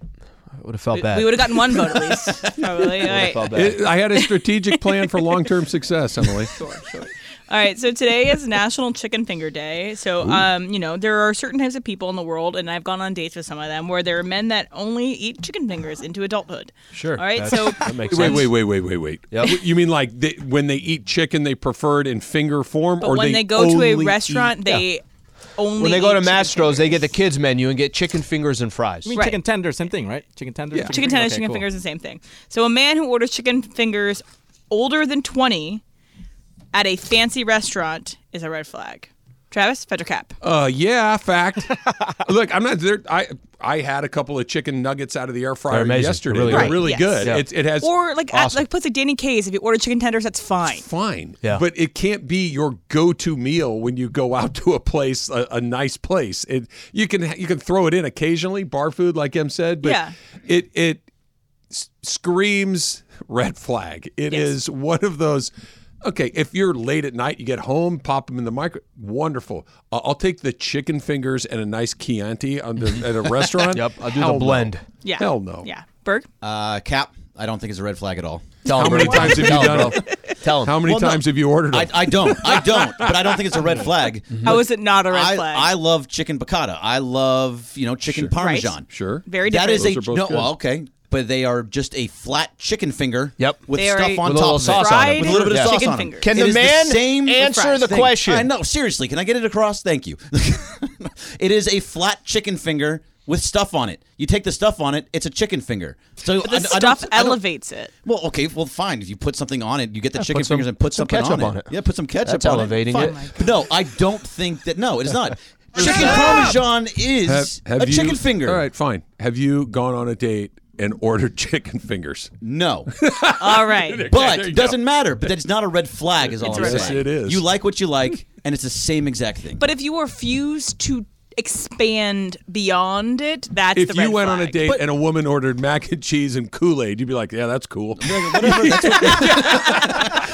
Speaker 2: would have felt bad.
Speaker 1: we would have gotten
Speaker 2: *laughs*
Speaker 1: one vote at least.
Speaker 6: *laughs*
Speaker 1: Probably. All
Speaker 2: Would've
Speaker 1: right.
Speaker 2: felt bad.
Speaker 3: It- I had a strategic plan
Speaker 1: *laughs*
Speaker 3: for long-term success, Emily.
Speaker 1: All right, so today is National Chicken Finger Day. So, um, you know, there are certain types of people in the world, and I've gone on dates with some of them where there are men that only eat chicken fingers into adulthood.
Speaker 2: Sure.
Speaker 1: All right,
Speaker 2: That's-
Speaker 6: *laughs*
Speaker 1: so
Speaker 2: that makes
Speaker 3: Wait,
Speaker 2: sense.
Speaker 3: wait, wait, wait, wait, wait.
Speaker 2: Yep.
Speaker 3: You mean like they, when they eat chicken, they prefer it in finger form,
Speaker 1: but
Speaker 3: or
Speaker 1: when they,
Speaker 3: they
Speaker 1: go to a
Speaker 3: only
Speaker 1: restaurant,
Speaker 3: eat-
Speaker 1: they only
Speaker 2: When they go
Speaker 1: eat
Speaker 2: to
Speaker 1: chicken
Speaker 2: Mastro's, they get the
Speaker 1: fingers.
Speaker 2: kids menu and get chicken fingers and fries.
Speaker 4: I mean,
Speaker 1: Right.
Speaker 4: chicken tender, same thing, right? Chicken tender,
Speaker 3: Yeah.
Speaker 1: chicken tenders,
Speaker 4: okay,
Speaker 1: chicken
Speaker 4: cool.
Speaker 1: fingers, the same thing. So, a man who orders chicken fingers older than twenty at a fancy restaurant is a red flag. Travis, Fedra Cap.
Speaker 3: Uh, yeah, fact. *laughs* Look, I'm not there. I I had a couple of chicken nuggets out of the air fryer
Speaker 2: amazing.
Speaker 3: yesterday.
Speaker 2: They're really
Speaker 3: They're
Speaker 2: good.
Speaker 3: really
Speaker 2: Right, yes.
Speaker 3: good.
Speaker 2: Yeah.
Speaker 3: It, it has
Speaker 1: Or like at,
Speaker 3: awesome.
Speaker 1: like puts like Danny K's. If you order chicken tenders, that's fine.
Speaker 3: fine. But it can't be your go-to meal when you go out to a place, a, a nice place. It you can you can throw it in occasionally, bar food, like Em said. But
Speaker 1: Yeah.
Speaker 3: it it s- screams red flag. It is one of those. Okay, if you're late at night, you get home, pop them in the micro. Wonderful. I- I'll take the chicken fingers and a nice Chianti on the-
Speaker 2: *laughs*
Speaker 3: at a restaurant.
Speaker 2: Yep, I'll do the
Speaker 3: Hell no.
Speaker 2: blend.
Speaker 1: Yeah.
Speaker 3: Hell no.
Speaker 1: Yeah. Berg.
Speaker 6: Uh, Cap, I don't think it's a red flag at all.
Speaker 2: Tell
Speaker 3: How
Speaker 2: him,
Speaker 3: many
Speaker 2: bro.
Speaker 3: times have you
Speaker 2: Tell him,
Speaker 3: done
Speaker 2: bro.
Speaker 6: *laughs*
Speaker 3: it?
Speaker 2: Tell him.
Speaker 3: How many
Speaker 6: Well, no.
Speaker 3: times have you ordered it?
Speaker 6: I, I don't. I don't. But I don't think it's a red flag.
Speaker 1: How is it not a red
Speaker 6: I,
Speaker 1: flag?
Speaker 6: I love chicken piccata. I love you know chicken parmesan.
Speaker 3: Sure.
Speaker 1: Very
Speaker 6: That is
Speaker 1: different. Those
Speaker 6: a
Speaker 1: are
Speaker 6: no.
Speaker 1: both good.
Speaker 6: Well, okay, but they are just a flat chicken finger.
Speaker 2: Yep.
Speaker 6: With
Speaker 1: They are
Speaker 6: stuff
Speaker 1: a
Speaker 6: on
Speaker 2: With a
Speaker 6: top
Speaker 2: little
Speaker 6: of
Speaker 2: sauce
Speaker 6: it.
Speaker 2: on it.
Speaker 6: With a little bit of
Speaker 1: Fried
Speaker 6: sauce
Speaker 1: chicken
Speaker 6: on
Speaker 1: fingers.
Speaker 6: it.
Speaker 2: Can
Speaker 6: It
Speaker 2: the
Speaker 6: is
Speaker 2: man
Speaker 6: same
Speaker 2: answer
Speaker 6: fries
Speaker 2: the
Speaker 6: thing.
Speaker 2: question?
Speaker 6: I know. Seriously, can I get it across? Thank you. *laughs* it is a flat chicken finger with stuff on it. You take the stuff on it, it's a chicken finger. So
Speaker 1: But the
Speaker 6: I- I don't-
Speaker 1: stuff
Speaker 6: I don't-
Speaker 1: elevates it.
Speaker 6: well, okay, well, fine. If you put something on it, you get the chicken
Speaker 2: put some-
Speaker 6: fingers and put
Speaker 2: some
Speaker 6: something
Speaker 2: ketchup
Speaker 6: on,
Speaker 2: on
Speaker 6: it.
Speaker 2: it.
Speaker 6: Yeah, put some ketchup
Speaker 2: That's
Speaker 6: on
Speaker 2: elevating
Speaker 6: it.
Speaker 2: it.
Speaker 6: Fine. But *laughs* no, I don't think that. No, it is not. chicken parmesan is
Speaker 3: Have- have
Speaker 6: a
Speaker 3: you-
Speaker 6: chicken finger.
Speaker 3: All right, fine. Have you gone on a date and ordered *laughs* chicken fingers? *laughs*
Speaker 6: No,
Speaker 1: All right.
Speaker 3: There you
Speaker 6: but
Speaker 3: go.
Speaker 6: doesn't matter. But that's not a red flag. Is all
Speaker 1: It's
Speaker 6: I'm
Speaker 1: a red
Speaker 6: saying.
Speaker 3: flag. Yes, it is.
Speaker 6: You like what you like, and it's the same exact thing.
Speaker 1: But if you refuse to expand beyond it, that's
Speaker 3: If
Speaker 1: the
Speaker 3: you
Speaker 1: red
Speaker 3: went on a
Speaker 1: flag.
Speaker 3: date and a woman ordered mac and cheese and Kool Aid, you'd be like, "Yeah, that's cool." *laughs*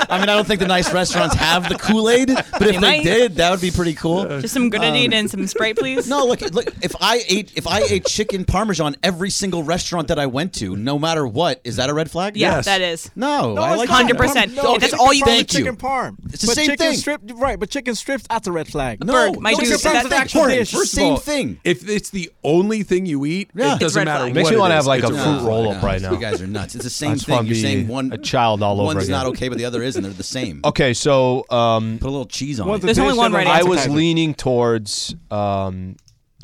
Speaker 6: I mean, I don't think the nice restaurants have the Kool Aid, but if
Speaker 1: might.
Speaker 6: they did, that would be pretty cool. Um,
Speaker 1: just some grenadine
Speaker 3: Um,
Speaker 1: and some
Speaker 3: *laughs*
Speaker 1: Sprite, please.
Speaker 6: No, look, look. If I ate, if I ate chicken parmesan every single restaurant that I went to, no matter what, is that a red flag?
Speaker 1: Yeah, that is.
Speaker 6: No, I
Speaker 4: it's
Speaker 6: like
Speaker 4: not.
Speaker 1: 100%.
Speaker 4: No,
Speaker 1: If that's
Speaker 4: chicken
Speaker 1: all you
Speaker 4: parm is
Speaker 6: eat-
Speaker 4: chicken parm.
Speaker 6: It's the
Speaker 4: but
Speaker 6: same
Speaker 4: chicken
Speaker 6: thing.
Speaker 4: Strip, right, but chicken strips, that's a red flag.
Speaker 6: No,
Speaker 1: Berg, my
Speaker 6: no,
Speaker 1: dude,
Speaker 6: it's the
Speaker 1: that's
Speaker 6: same
Speaker 1: the
Speaker 6: thing.
Speaker 4: actual
Speaker 6: Horn,
Speaker 4: dish.
Speaker 6: First
Speaker 4: Same
Speaker 6: of all, thing.
Speaker 3: if it's the only thing you eat,
Speaker 6: Yeah.
Speaker 3: it
Speaker 6: It's
Speaker 3: doesn't
Speaker 1: red
Speaker 3: matter.
Speaker 1: flag.
Speaker 3: What
Speaker 2: Makes me
Speaker 3: want to
Speaker 2: have like a
Speaker 6: No,
Speaker 2: fruit roll up
Speaker 6: no,
Speaker 2: right
Speaker 6: You
Speaker 2: now.
Speaker 6: guys are nuts. It's the same
Speaker 2: just
Speaker 6: thing.
Speaker 2: wanna
Speaker 6: You're
Speaker 2: be
Speaker 6: saying one
Speaker 2: a child all over
Speaker 6: One's
Speaker 2: again.
Speaker 6: not okay, but the other is, and they're the same.
Speaker 2: Okay, so um,
Speaker 6: Put a little cheese on
Speaker 4: One's a
Speaker 6: it.
Speaker 1: There's only
Speaker 4: dish,
Speaker 1: one
Speaker 4: the
Speaker 1: right
Speaker 4: other's
Speaker 2: I
Speaker 4: a
Speaker 1: answer.
Speaker 2: was
Speaker 4: type.
Speaker 2: leaning towards um,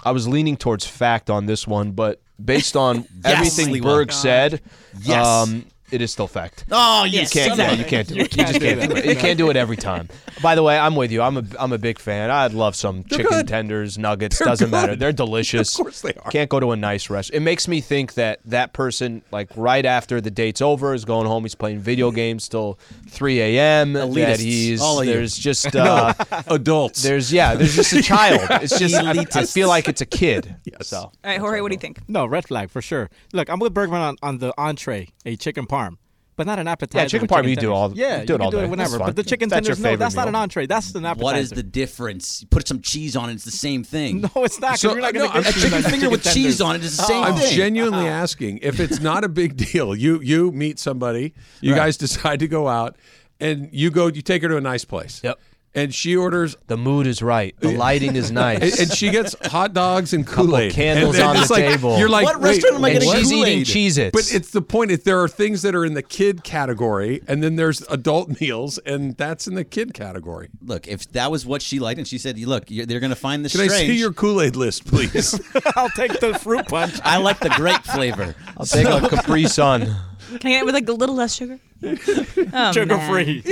Speaker 2: I was leaning towards fact on this one, but based
Speaker 6: *laughs*
Speaker 2: on everything
Speaker 6: Levi.
Speaker 2: Berg said,
Speaker 6: Yes.
Speaker 2: um, it is still fact.
Speaker 6: Oh, you
Speaker 1: Yes,
Speaker 6: can't.
Speaker 2: can't,
Speaker 1: exactly.
Speaker 2: no, you can't do it. You just can't. do it. You can't do it every time. By the way, I'm with you. I'm a I'm a big fan. I'd love some chicken
Speaker 3: good.
Speaker 2: tenders, nuggets.
Speaker 3: They're
Speaker 2: Doesn't matter.
Speaker 3: good.
Speaker 2: They're delicious.
Speaker 3: Of course they are.
Speaker 2: Can't go to a nice restaurant. It makes me think that that person, like right after the date's over, is going home. He's playing video games till 3 a.m. That
Speaker 6: Elitists.
Speaker 2: he's
Speaker 6: All of you.
Speaker 3: *laughs*
Speaker 2: there's just uh,
Speaker 3: adults.
Speaker 2: there's yeah there's *laughs*
Speaker 3: *laughs*
Speaker 2: just a child. It's just I feel like it's a kid. So
Speaker 1: All right, Jorge, what do you think?
Speaker 4: No, red flag for sure. Look, I'm with Bergman on, on the entree, a chicken parm, but not an appetizer.
Speaker 2: *laughs* Yeah, chicken
Speaker 4: with
Speaker 2: parm, you do
Speaker 4: tenders.
Speaker 2: all-
Speaker 4: Yeah,
Speaker 2: you do
Speaker 4: you
Speaker 2: it
Speaker 4: can
Speaker 2: all
Speaker 4: do it
Speaker 2: day. That's
Speaker 4: whenever.
Speaker 2: fine.
Speaker 4: But the chicken
Speaker 2: That's your
Speaker 4: tenders, no,
Speaker 2: favorite
Speaker 4: that's not an
Speaker 2: meal.
Speaker 4: entree. That's an appetizer.
Speaker 6: What is the difference? Put some cheese on it. It's the same thing.
Speaker 4: *laughs* No, it's not. 'cause
Speaker 3: So,
Speaker 4: you're
Speaker 2: uh,
Speaker 4: not
Speaker 3: no,
Speaker 4: gonna
Speaker 3: I'm-
Speaker 4: get
Speaker 6: a
Speaker 4: cheese
Speaker 6: chicken
Speaker 4: on
Speaker 6: finger with
Speaker 4: tenders. Oh,
Speaker 6: cheese on it is the same
Speaker 3: I'm
Speaker 6: thing. Uh-huh.
Speaker 3: genuinely asking if it's not a big deal. You you meet somebody, you guys *laughs* decide to go out, and you go you take her to a nice place.
Speaker 2: Yep.
Speaker 3: And she orders
Speaker 2: the mood is right. The
Speaker 3: *laughs*
Speaker 2: lighting is
Speaker 3: and,
Speaker 2: nice.
Speaker 3: and she gets hot dogs and Kool Aid.
Speaker 2: candles on the table.
Speaker 3: You're like,
Speaker 6: What
Speaker 3: wait,
Speaker 6: restaurant am I
Speaker 3: what?
Speaker 2: and
Speaker 6: getting
Speaker 2: she's
Speaker 6: Kool-Aid?
Speaker 2: eating Cheez-Its.
Speaker 3: But it's the point. If there are things that are in the kid category, and then there's adult meals, and that's in the kid category.
Speaker 6: Look, if that was what she liked, and she said, "Look, you're, they're going to find this
Speaker 3: Can
Speaker 6: strange."
Speaker 3: I see your Kool Aid
Speaker 6: *laughs*
Speaker 3: list, please?
Speaker 4: *laughs* I'll take the fruit punch.
Speaker 6: I like the grape flavor.
Speaker 2: *laughs* I'll take
Speaker 6: *laughs*
Speaker 2: a Capri Sun.
Speaker 1: Can I get it with like a little less sugar? Oh,
Speaker 4: Sugar
Speaker 1: man.
Speaker 4: free.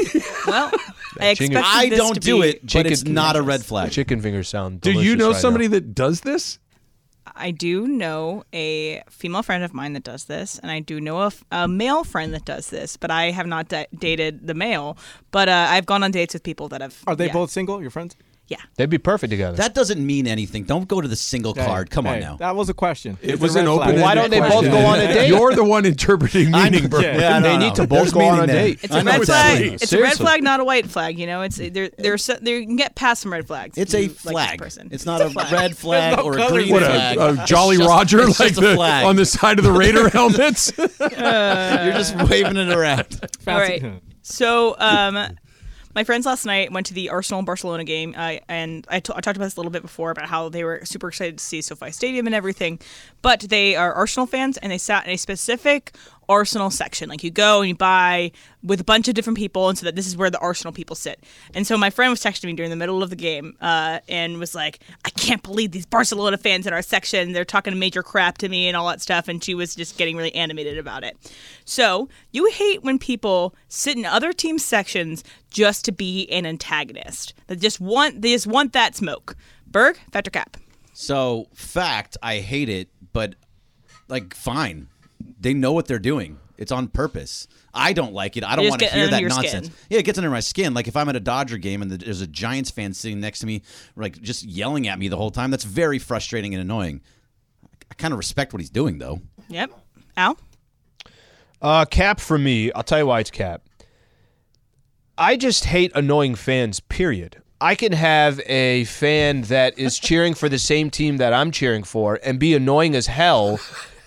Speaker 1: Well, I
Speaker 2: chicken-
Speaker 1: expected
Speaker 6: I
Speaker 1: this
Speaker 6: don't
Speaker 1: to
Speaker 6: do
Speaker 1: be-
Speaker 6: it, but it's not a red flag.
Speaker 2: Chicken fingers sound.
Speaker 3: Do you
Speaker 2: delicious
Speaker 3: know
Speaker 2: right now.
Speaker 3: somebody that does this?
Speaker 1: I do know a female friend of mine that does this, and I do know a, f- a male friend that does this, but I have not da- dated the male. But uh, I've gone on dates with people that have.
Speaker 4: Are they
Speaker 1: yeah,
Speaker 4: both single? Your friends?
Speaker 1: Yeah.
Speaker 2: They'd be perfect together.
Speaker 6: That doesn't mean anything. Don't go to the single card. Come on
Speaker 4: Hey,
Speaker 6: now.
Speaker 4: That was a question.
Speaker 3: It
Speaker 4: It's a
Speaker 3: was
Speaker 4: red
Speaker 3: an
Speaker 4: flag.
Speaker 3: open.
Speaker 2: Why don't they both go on a date?
Speaker 3: You're the one interpreting meaning, bro.
Speaker 4: yeah.
Speaker 6: I
Speaker 2: they
Speaker 6: don't
Speaker 2: need
Speaker 6: know.
Speaker 2: to both
Speaker 6: There's
Speaker 2: go on
Speaker 6: meaning
Speaker 2: a
Speaker 6: there.
Speaker 2: date.
Speaker 1: It's
Speaker 6: I
Speaker 1: a
Speaker 6: know
Speaker 1: red
Speaker 6: it's
Speaker 1: flag.
Speaker 6: clean.
Speaker 1: It's a red flag, not a white flag. You know, it's there. There's so, there. You can get past some red flags. if
Speaker 6: It's a
Speaker 1: you like this
Speaker 6: flag.
Speaker 1: person.
Speaker 6: It's not a red flag
Speaker 4: no
Speaker 6: or a
Speaker 4: colors
Speaker 6: green
Speaker 3: What
Speaker 6: flag.
Speaker 3: a, a Jolly
Speaker 6: It's just-
Speaker 3: Roger
Speaker 6: it's
Speaker 3: like
Speaker 6: just a
Speaker 3: the,
Speaker 6: flag.
Speaker 3: on the side of the Raider helmets.
Speaker 6: You're just waving it around.
Speaker 1: All right. So, um, my friends last night went to the Arsenal Barcelona game, uh, and I t- I talked about this a little bit before about how they were super excited to see SoFi Stadium and everything. But they are Arsenal fans, and they sat in a specific Arsenal section. Like you go and you buy with a bunch of different people, and so that this is where the Arsenal people sit. And so my friend was texting me during the middle of the game uh, and was like, "I can't believe these Barcelona fans in our section. They're talking major crap to me and all that stuff." And she was just getting really animated about it. So you hate when people sit in other team sections just to be an antagonist. They just want they just want that smoke. Berg, factor cap.
Speaker 6: So, fact, I hate it, but like, fine. They know what they're doing. It's on purpose. I don't like it. I don't
Speaker 12: It just
Speaker 6: want to
Speaker 12: gets
Speaker 6: hear
Speaker 12: under
Speaker 6: that
Speaker 12: your
Speaker 6: nonsense.
Speaker 12: skin.
Speaker 6: Yeah, it gets under my skin. Like if I'm at a Dodger game and there's a Giants fan sitting next to me, like just yelling at me the whole time, that's very frustrating and annoying. I kind of respect what he's doing though.
Speaker 1: Yep. Al.
Speaker 2: Uh, cap for me. I'll tell you why it's cap. I just hate annoying fans, period. I can have a fan that is cheering for the same team that I'm cheering for and be annoying as hell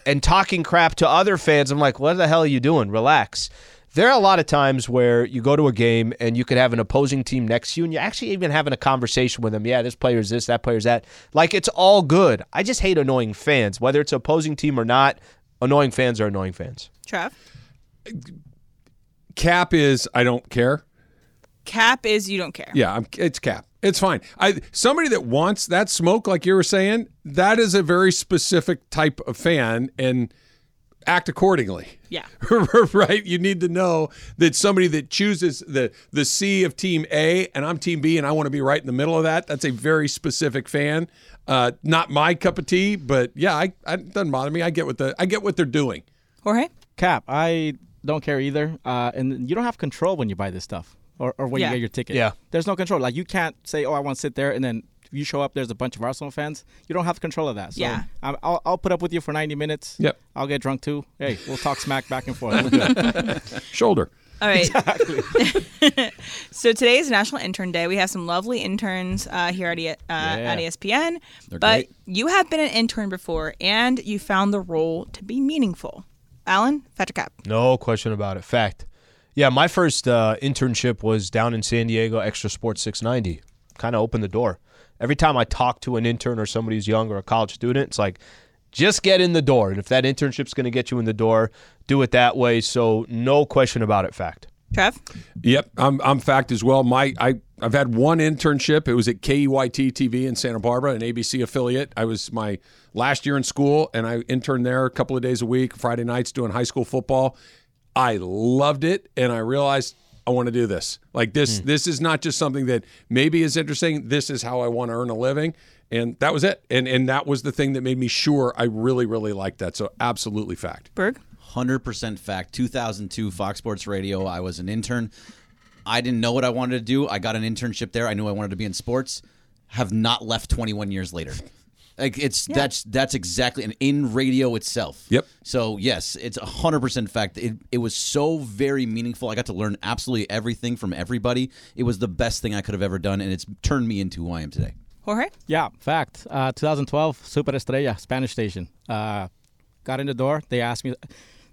Speaker 2: and talking crap to other fans. I'm like, what the hell are you doing? Relax. There are a lot of times where you go to a game and you could have an opposing team next to you and you're actually even having a conversation with them. Yeah, this player's this, that player's that. Like, it's all good. I just hate annoying fans, whether it's opposing team or not. Annoying fans are annoying fans.
Speaker 1: Trav.
Speaker 3: Cap is I don't care.
Speaker 1: Cap is you don't care.
Speaker 3: Yeah, I'm, it's cap. It's fine. I somebody that wants that smoke, like you were saying, that is a very specific type of fan, and act accordingly.
Speaker 1: Yeah.
Speaker 3: *laughs* right. You need to know that somebody that chooses the the C of Team A and I'm Team B and I want to be right in the middle of that. That's a very specific fan. Uh, not my cup of tea, but yeah, I, I it doesn't bother me. I get what the I get what they're doing.
Speaker 1: Jorge?
Speaker 4: Cap, I don't care either. Uh, and you don't have control when you buy this stuff or, or when
Speaker 1: Yeah.
Speaker 4: you get your ticket.
Speaker 2: Yeah.
Speaker 4: There's no control. Like, you can't say, oh, I want to sit there. And then you show up, there's a bunch of Arsenal fans. You don't have control of that. So
Speaker 1: Yeah.
Speaker 4: I'm, I'll, I'll put up with you for 90 minutes.
Speaker 3: Yep.
Speaker 4: I'll get drunk too. Hey, we'll talk smack back and
Speaker 1: *laughs*
Speaker 4: forth. We're good.
Speaker 3: Shoulder.
Speaker 1: All right. *laughs*
Speaker 4: Exactly.
Speaker 1: so today is National Intern Day. We have some lovely interns uh, here at, E- uh, at ESPN.
Speaker 12: They're
Speaker 1: but you have been an intern before, and you found the role to be meaningful. Alan, factor cap.
Speaker 2: No question about it. Fact. Yeah, my first uh, internship was down in San Diego, Extra Sports 690. Kind of opened the door. Every time I talk to an intern or somebody who's young or a college student, it's like, just get in the door. And if that internship's going to get you in the door, do it that way. So, no question about it. Fact.
Speaker 1: Trev?
Speaker 3: Yep, I'm I'm fact as well. My I I've had one internship. It was at E KEYT TV in Santa Barbara, an ABC affiliate. I was my last year in school, and I interned there a couple of days a week, Friday nights doing high school football. I loved it, and I realized I want to do this. Like
Speaker 4: Hmm.
Speaker 3: this, this is not just something that maybe is interesting. This is how I want to earn a living, and that was it. And and that was the thing that made me sure I really really liked that. So absolutely fact.
Speaker 1: Berg?
Speaker 6: 100% fact. 2002 Fox Sports Radio, I was an intern. I didn't know what I wanted to do. I got an internship there. I knew I wanted to be in sports. Have not left 21 years later. Like it's
Speaker 12: Yeah.
Speaker 6: that's that's exactly and in radio itself.
Speaker 3: Yep.
Speaker 6: So yes, it's a hundred percent fact. It it was so very meaningful. I got to learn absolutely everything from everybody. It was the best thing I could have ever done, and it's turned me into who I am today.
Speaker 1: Jorge?
Speaker 4: Yeah, fact. Uh, 2012, Super Estrella, Spanish station. Uh, got in the door. They asked me,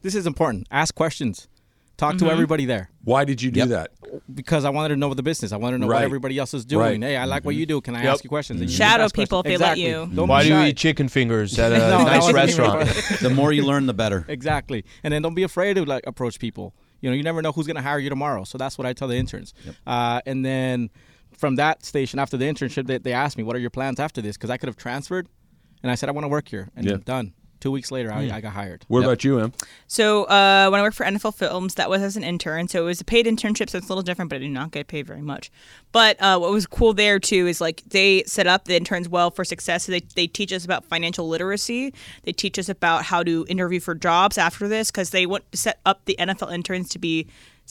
Speaker 4: this is important. Ask questions. Talk
Speaker 3: Mhm.
Speaker 1: Mm-hmm.
Speaker 4: to everybody there.
Speaker 3: Why did you do that?
Speaker 4: Because I wanted to know the business. I wanted to know
Speaker 3: Right.
Speaker 4: what everybody else is doing.
Speaker 3: Right.
Speaker 4: Hey, I like what
Speaker 6: Mm-hmm.
Speaker 3: Mhm.
Speaker 4: you do. Can I
Speaker 3: Yep.
Speaker 4: ask you questions? And you
Speaker 1: Shadow
Speaker 4: ask
Speaker 1: people if they let
Speaker 4: Exactly.
Speaker 1: you.
Speaker 4: Don't be
Speaker 2: Why do you
Speaker 4: shy.
Speaker 2: eat chicken fingers at
Speaker 4: *laughs*
Speaker 2: a
Speaker 4: No, that
Speaker 2: nice
Speaker 4: wasn't even
Speaker 2: restaurant?
Speaker 4: *laughs* part-
Speaker 6: The more you learn, the better.
Speaker 4: Exactly. And then don't be afraid to like approach people. You know, you never know who's going to hire you tomorrow. So that's what I tell the interns. Uh, and then from that station, after the internship, they, they asked me, what are your plans after this? Because I could have transferred. And I said, I want to work here. And
Speaker 3: Yeah.
Speaker 4: done. Two weeks later, I,
Speaker 3: Hmm.
Speaker 4: I got hired.
Speaker 3: What about you, Em?
Speaker 1: So uh, when I worked for NFL Films, that was as an intern. So it was a paid internship, so it's a little different, but I did not get paid very much. But uh, what was cool there too is like they set up the interns well for success. So they, they teach us about financial literacy. They teach us about how to interview for jobs after this because they want to set up the NFL interns to be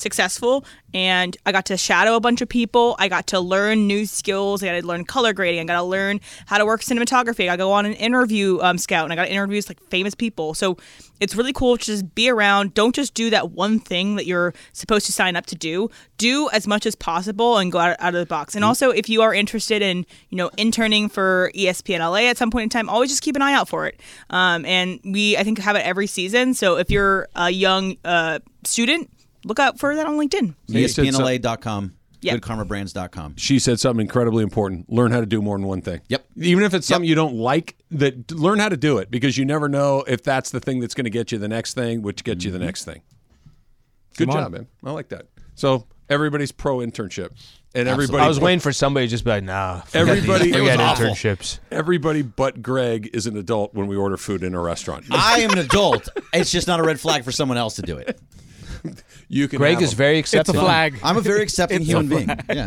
Speaker 1: successful and I got to shadow a bunch of people. I got to learn new skills. I got to learn color grading. I got to learn how to work cinematography. I got to go on an interview um, scout and I got to interview like famous people. So it's really cool to just be around. Don't just do that one thing that you're supposed to sign up to do. Do as much as possible and go out, out of the box. And also if you are interested in, you know, interning for E ESPN LA at some point in time, always just keep an eye out for it. Um, and we, I think, have it every season. So if
Speaker 6: E
Speaker 1: you're a young uh, student, look out for that on LinkedIn.
Speaker 6: ESPNLA.com.
Speaker 1: Yep.
Speaker 6: GoodKarmaBrands.com.
Speaker 3: She said something incredibly important. Learn how to do more than one thing.
Speaker 6: Yep.
Speaker 3: Even if it's something you don't like, that learn how to do it because you never know if that's the thing that's going to get you the next thing, which gets you the next thing. Good
Speaker 2: Come on.
Speaker 3: job, man. I like that. So everybody's pro internship, and everybody.
Speaker 2: I was waiting for somebody to just be like, nah. forget these.
Speaker 3: Everybody,
Speaker 2: *laughs* forget internships.
Speaker 3: Everybody but Greg is an adult when we order food in a restaurant.
Speaker 6: I
Speaker 3: *laughs*
Speaker 6: am an adult. *laughs* It's just not a red flag for someone else to do it.
Speaker 3: You can.
Speaker 2: Greg
Speaker 3: have
Speaker 2: is
Speaker 3: them.
Speaker 2: very accepting.
Speaker 4: flag.
Speaker 6: I'm a very accepting human being.
Speaker 4: flag.
Speaker 6: Yeah.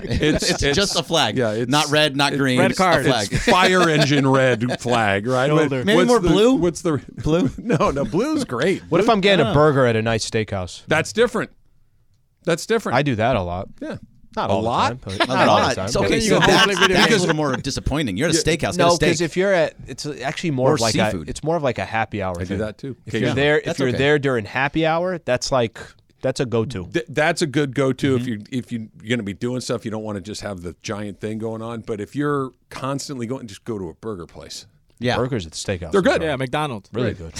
Speaker 6: *laughs*
Speaker 3: It's-
Speaker 6: It's,
Speaker 3: it's-
Speaker 6: just a flag.
Speaker 3: yeah, it's-
Speaker 6: not red, not green.
Speaker 4: red
Speaker 6: just
Speaker 4: card.
Speaker 6: A flag.
Speaker 3: It's fire engine red flag,
Speaker 2: *laughs*
Speaker 3: right? What-
Speaker 4: Shoulder.
Speaker 6: Maybe
Speaker 3: what's
Speaker 6: more
Speaker 3: the-
Speaker 6: blue?
Speaker 3: What's the blue? *laughs* No, no, blue's great.
Speaker 2: What if I'm getting a burger at a nice steakhouse?
Speaker 3: That's different. That's different.
Speaker 2: I do that a lot.
Speaker 3: yeah.
Speaker 2: Not
Speaker 3: A
Speaker 2: all
Speaker 3: lot?
Speaker 2: The time, but-
Speaker 6: A
Speaker 2: not all the
Speaker 6: lot.
Speaker 2: time.
Speaker 6: It's
Speaker 2: but-
Speaker 6: okay,
Speaker 4: you
Speaker 6: so
Speaker 4: go
Speaker 6: that's,
Speaker 4: play video
Speaker 6: that's a
Speaker 4: games.
Speaker 6: little more disappointing. You're at a steakhouse.
Speaker 2: No,
Speaker 6: get a
Speaker 2: because
Speaker 6: steak.
Speaker 2: if you're at, it's actually more
Speaker 6: Or
Speaker 2: of like
Speaker 6: seafood.
Speaker 2: a, it's more of like a happy hour.
Speaker 3: I do that too.
Speaker 2: If
Speaker 3: Okay,
Speaker 2: you're
Speaker 3: yeah.
Speaker 2: there, if
Speaker 6: That's
Speaker 2: you're
Speaker 6: okay.
Speaker 2: there during happy hour, that's like that's a go-to. Mm-hmm.
Speaker 3: Th- that's a good go-to if you if you, you're going to be doing stuff. You don't want to just have the giant thing going on. But if you're constantly going, just go to a burger place.
Speaker 6: yeah,
Speaker 2: Burgers at the steakhouse.
Speaker 3: They're good.
Speaker 4: Yeah, McDonald's.
Speaker 3: *laughs*
Speaker 2: Really good.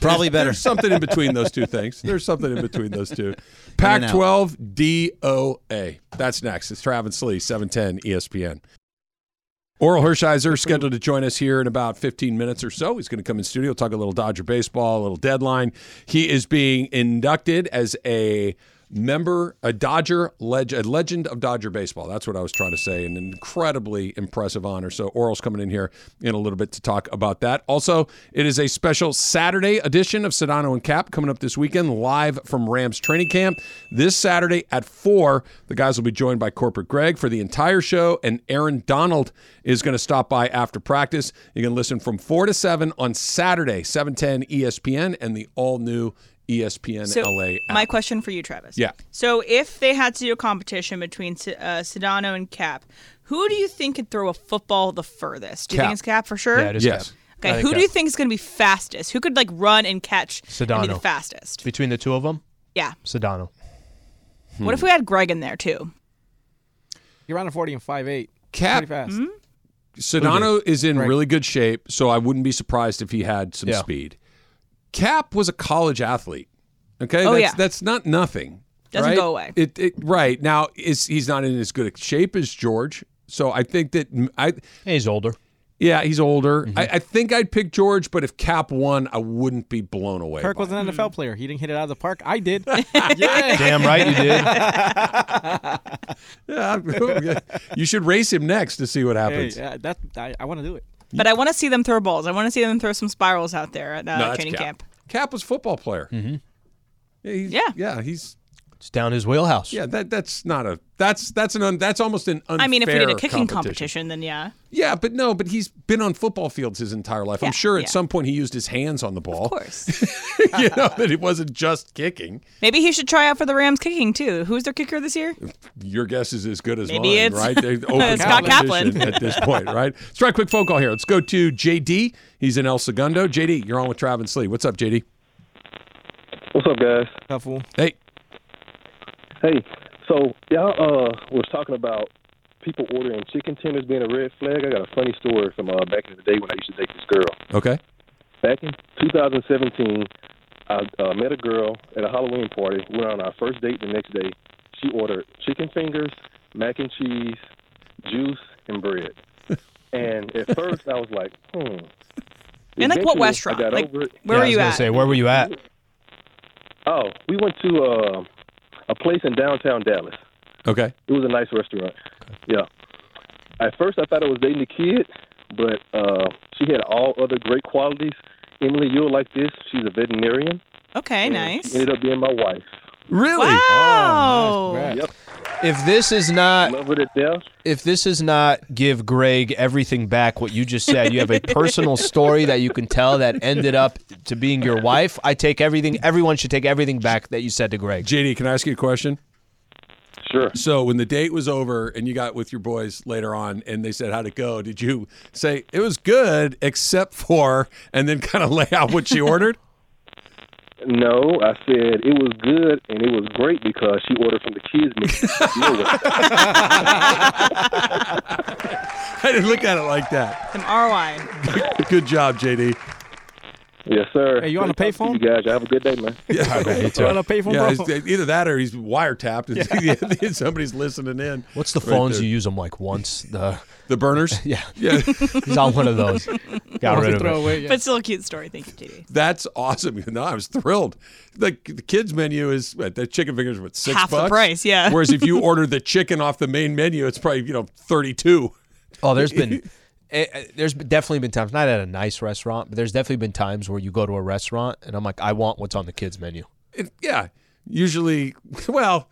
Speaker 6: probably better.
Speaker 3: There's something in between those two things. There's something in between those two. Pac-12 DOA. That's next. It's Travis Lee, E 710 ESPN. Oral Hershiser scheduled to join us here in about 15 minutes or so. He's going to come in studio, talk a little Dodger baseball, a little deadline. He is being inducted as a member, a Dodger legend, a legend of Dodger baseball. That's what I was trying to say. An incredibly impressive honor. So Oral's coming in here in a little bit to talk about that. Also, it is a special Saturday edition of Sedano and Cap coming up this weekend, live from Rams training camp. This Saturday at four, the guys will be joined by corporate Greg for the entire show, and Aaron Donald is going to stop by after practice. You can listen from four to seven on Saturday, seven ten E ESPN, and the all new E ESPN
Speaker 1: So
Speaker 3: LA. App.
Speaker 1: my question for you, Travis.
Speaker 3: Yeah.
Speaker 1: So if they had to do a competition between Se- uh, Sedano and Cap, who do you think could throw a football the furthest? Do you
Speaker 3: Cap.
Speaker 1: think it's Cap for sure?
Speaker 2: yeah, it is
Speaker 3: Yes.
Speaker 2: good. I
Speaker 1: Okay, who
Speaker 2: think
Speaker 1: do
Speaker 2: that-
Speaker 1: you think is going to be fastest? Who could like run and catch and be the
Speaker 2: Sedano.
Speaker 1: fastest?
Speaker 2: Between the two of them,
Speaker 1: Yeah.
Speaker 2: Sedano.
Speaker 1: What if we had Greg in there too?
Speaker 4: You're on a 40 and 5'8.
Speaker 3: Cap-
Speaker 4: Pretty fast.
Speaker 1: Hmm?
Speaker 3: Sedano is in really good shape, so I wouldn't be surprised if he had some
Speaker 2: Yeah.
Speaker 3: speed. Cap was a college athlete. Okay,
Speaker 1: Oh,
Speaker 3: that's,
Speaker 1: yeah.
Speaker 3: that's not nothing.
Speaker 1: Doesn't
Speaker 3: right?
Speaker 1: go away.
Speaker 3: It, it right now is he's not in as good a shape as George. So I think that mm, I
Speaker 2: Hey, He's older.
Speaker 3: yeah he's older. I, I think I'd pick George, but if Cap won, I wouldn't be blown away. *laughs*
Speaker 4: Kirk
Speaker 3: by
Speaker 4: was
Speaker 3: it.
Speaker 4: an NFL player. He didn't hit it out of the park. I
Speaker 3: *laughs*
Speaker 4: did. *laughs* yeah.
Speaker 2: Damn right you did.
Speaker 4: *laughs*
Speaker 3: Yeah, I- *laughs* you should race him next to see what
Speaker 4: Hey,
Speaker 3: happens.
Speaker 4: yeah, that, I, I want to do it.
Speaker 1: But I want to see them throw balls. I want to see them throw some spirals out there at uh,
Speaker 3: No, that's
Speaker 1: training
Speaker 3: Cap.
Speaker 1: camp.
Speaker 3: Cap was a football player. Mm-hmm. Yeah, he's,
Speaker 1: Yeah.
Speaker 3: yeah, he's
Speaker 2: It's down his wheelhouse.
Speaker 3: Yeah, that that's not a that's that's an un, that's almost an unfair.
Speaker 1: I mean, if we did a kicking competition, then yeah.
Speaker 3: Yeah, but no, but he's been on football fields his entire life.
Speaker 1: Yeah,
Speaker 3: I'm sure at
Speaker 1: yeah.
Speaker 3: some point he used his hands on the ball.
Speaker 1: Of course.
Speaker 3: *laughs* you know that it wasn't just kicking.
Speaker 1: Maybe he should try out for the Rams kicking too. Who's their kicker this year?
Speaker 3: Your guess is as good as
Speaker 1: Maybe
Speaker 3: mine,
Speaker 1: it's-
Speaker 3: right?
Speaker 1: *laughs*
Speaker 3: They open
Speaker 1: Scott
Speaker 3: competition
Speaker 1: Kaplan.
Speaker 3: at this point, right? Let's try a quick phone call here. Let's go to JD. He's in El Segundo. JD, you're on with Travis Lee. What's up, JD?
Speaker 10: What's up, guys?
Speaker 4: Tough fool.
Speaker 3: Hey,
Speaker 10: Hey, so y'all uh was talking about people ordering chicken tenders being a red flag. I got a funny story from uh, back in the day when I used to date this girl.
Speaker 3: okay.
Speaker 10: Back in 2017, I uh, met a girl at a Halloween party. We were on our first date the next day. She ordered chicken fingers, mac and cheese, juice, and bread.
Speaker 2: *laughs*
Speaker 10: And at first, I was like, hmm.
Speaker 1: And like what
Speaker 10: Eventually,
Speaker 1: restaurant?
Speaker 10: I got
Speaker 1: Like
Speaker 10: over it.
Speaker 1: where are
Speaker 2: Yeah, I was
Speaker 1: you
Speaker 2: gonna
Speaker 1: at?
Speaker 2: Say, where were you at?
Speaker 10: Oh, we went to uh, a place in downtown Dallas.
Speaker 3: Okay.
Speaker 10: It was a nice restaurant. Yeah. At first, I thought I was dating a kid, but uh, she had all other great qualities. Emily, you'll like this. She's a veterinarian.
Speaker 1: okay,
Speaker 10: and
Speaker 1: nice. Oh!
Speaker 10: She ended up being my wife.
Speaker 3: Really?
Speaker 1: Wow.
Speaker 4: Oh, Congrats.
Speaker 2: If this is not
Speaker 10: Love her to death.
Speaker 2: if this is not give Greg everything back what you just said, you have a personal story that you can tell that ended up to being your wife. I take everything everyone should take everything back that you said to Greg.
Speaker 3: JD, can I ask you a question?
Speaker 10: Sure.
Speaker 3: So when the date was over and you got with your boys later on and they said how'd it go, did you say it was good except for and then kind of lay out what she ordered?
Speaker 10: No, I said it was good and it was great because she ordered from the kids' menu. You know what?
Speaker 3: I didn't look at it like that. *laughs*
Speaker 1: Some ROI.
Speaker 3: Good job, JD.
Speaker 10: Yes, sir.
Speaker 4: Hey, you on a
Speaker 10: Great talking
Speaker 4: payphone?
Speaker 10: to You guys, have a good day, man.
Speaker 3: Yeah,
Speaker 4: *laughs* You
Speaker 3: right.
Speaker 4: on a payphone,
Speaker 3: yeah,
Speaker 4: bro?
Speaker 3: it's- either that or he's wiretapped. *laughs* and Somebody's listening in.
Speaker 2: What's the
Speaker 3: Right
Speaker 2: phones
Speaker 3: there.
Speaker 2: you use them like once? The
Speaker 3: The burners.
Speaker 2: *laughs* yeah,
Speaker 3: Yeah.
Speaker 2: he's on one
Speaker 1: *laughs*
Speaker 2: of those. Got rid of
Speaker 4: Throw
Speaker 2: it.
Speaker 4: away. Yeah.
Speaker 1: But still a cute story. Thank you, JD.
Speaker 3: That's awesome. *laughs* No, I was thrilled. The, the kids menu is what, the chicken fingers with six
Speaker 1: Half the
Speaker 3: bucks?
Speaker 1: price, yeah.
Speaker 3: *laughs* Whereas if
Speaker 1: *laughs*
Speaker 3: you order the chicken off the main menu, it's probably you know thirty two. *laughs*
Speaker 2: Oh, there's been eh, eh, there's definitely been times not at a nice restaurant, but there's definitely been times where you go to a restaurant and I'm like, I want what's on the kids menu.
Speaker 3: Yeah, usually, well,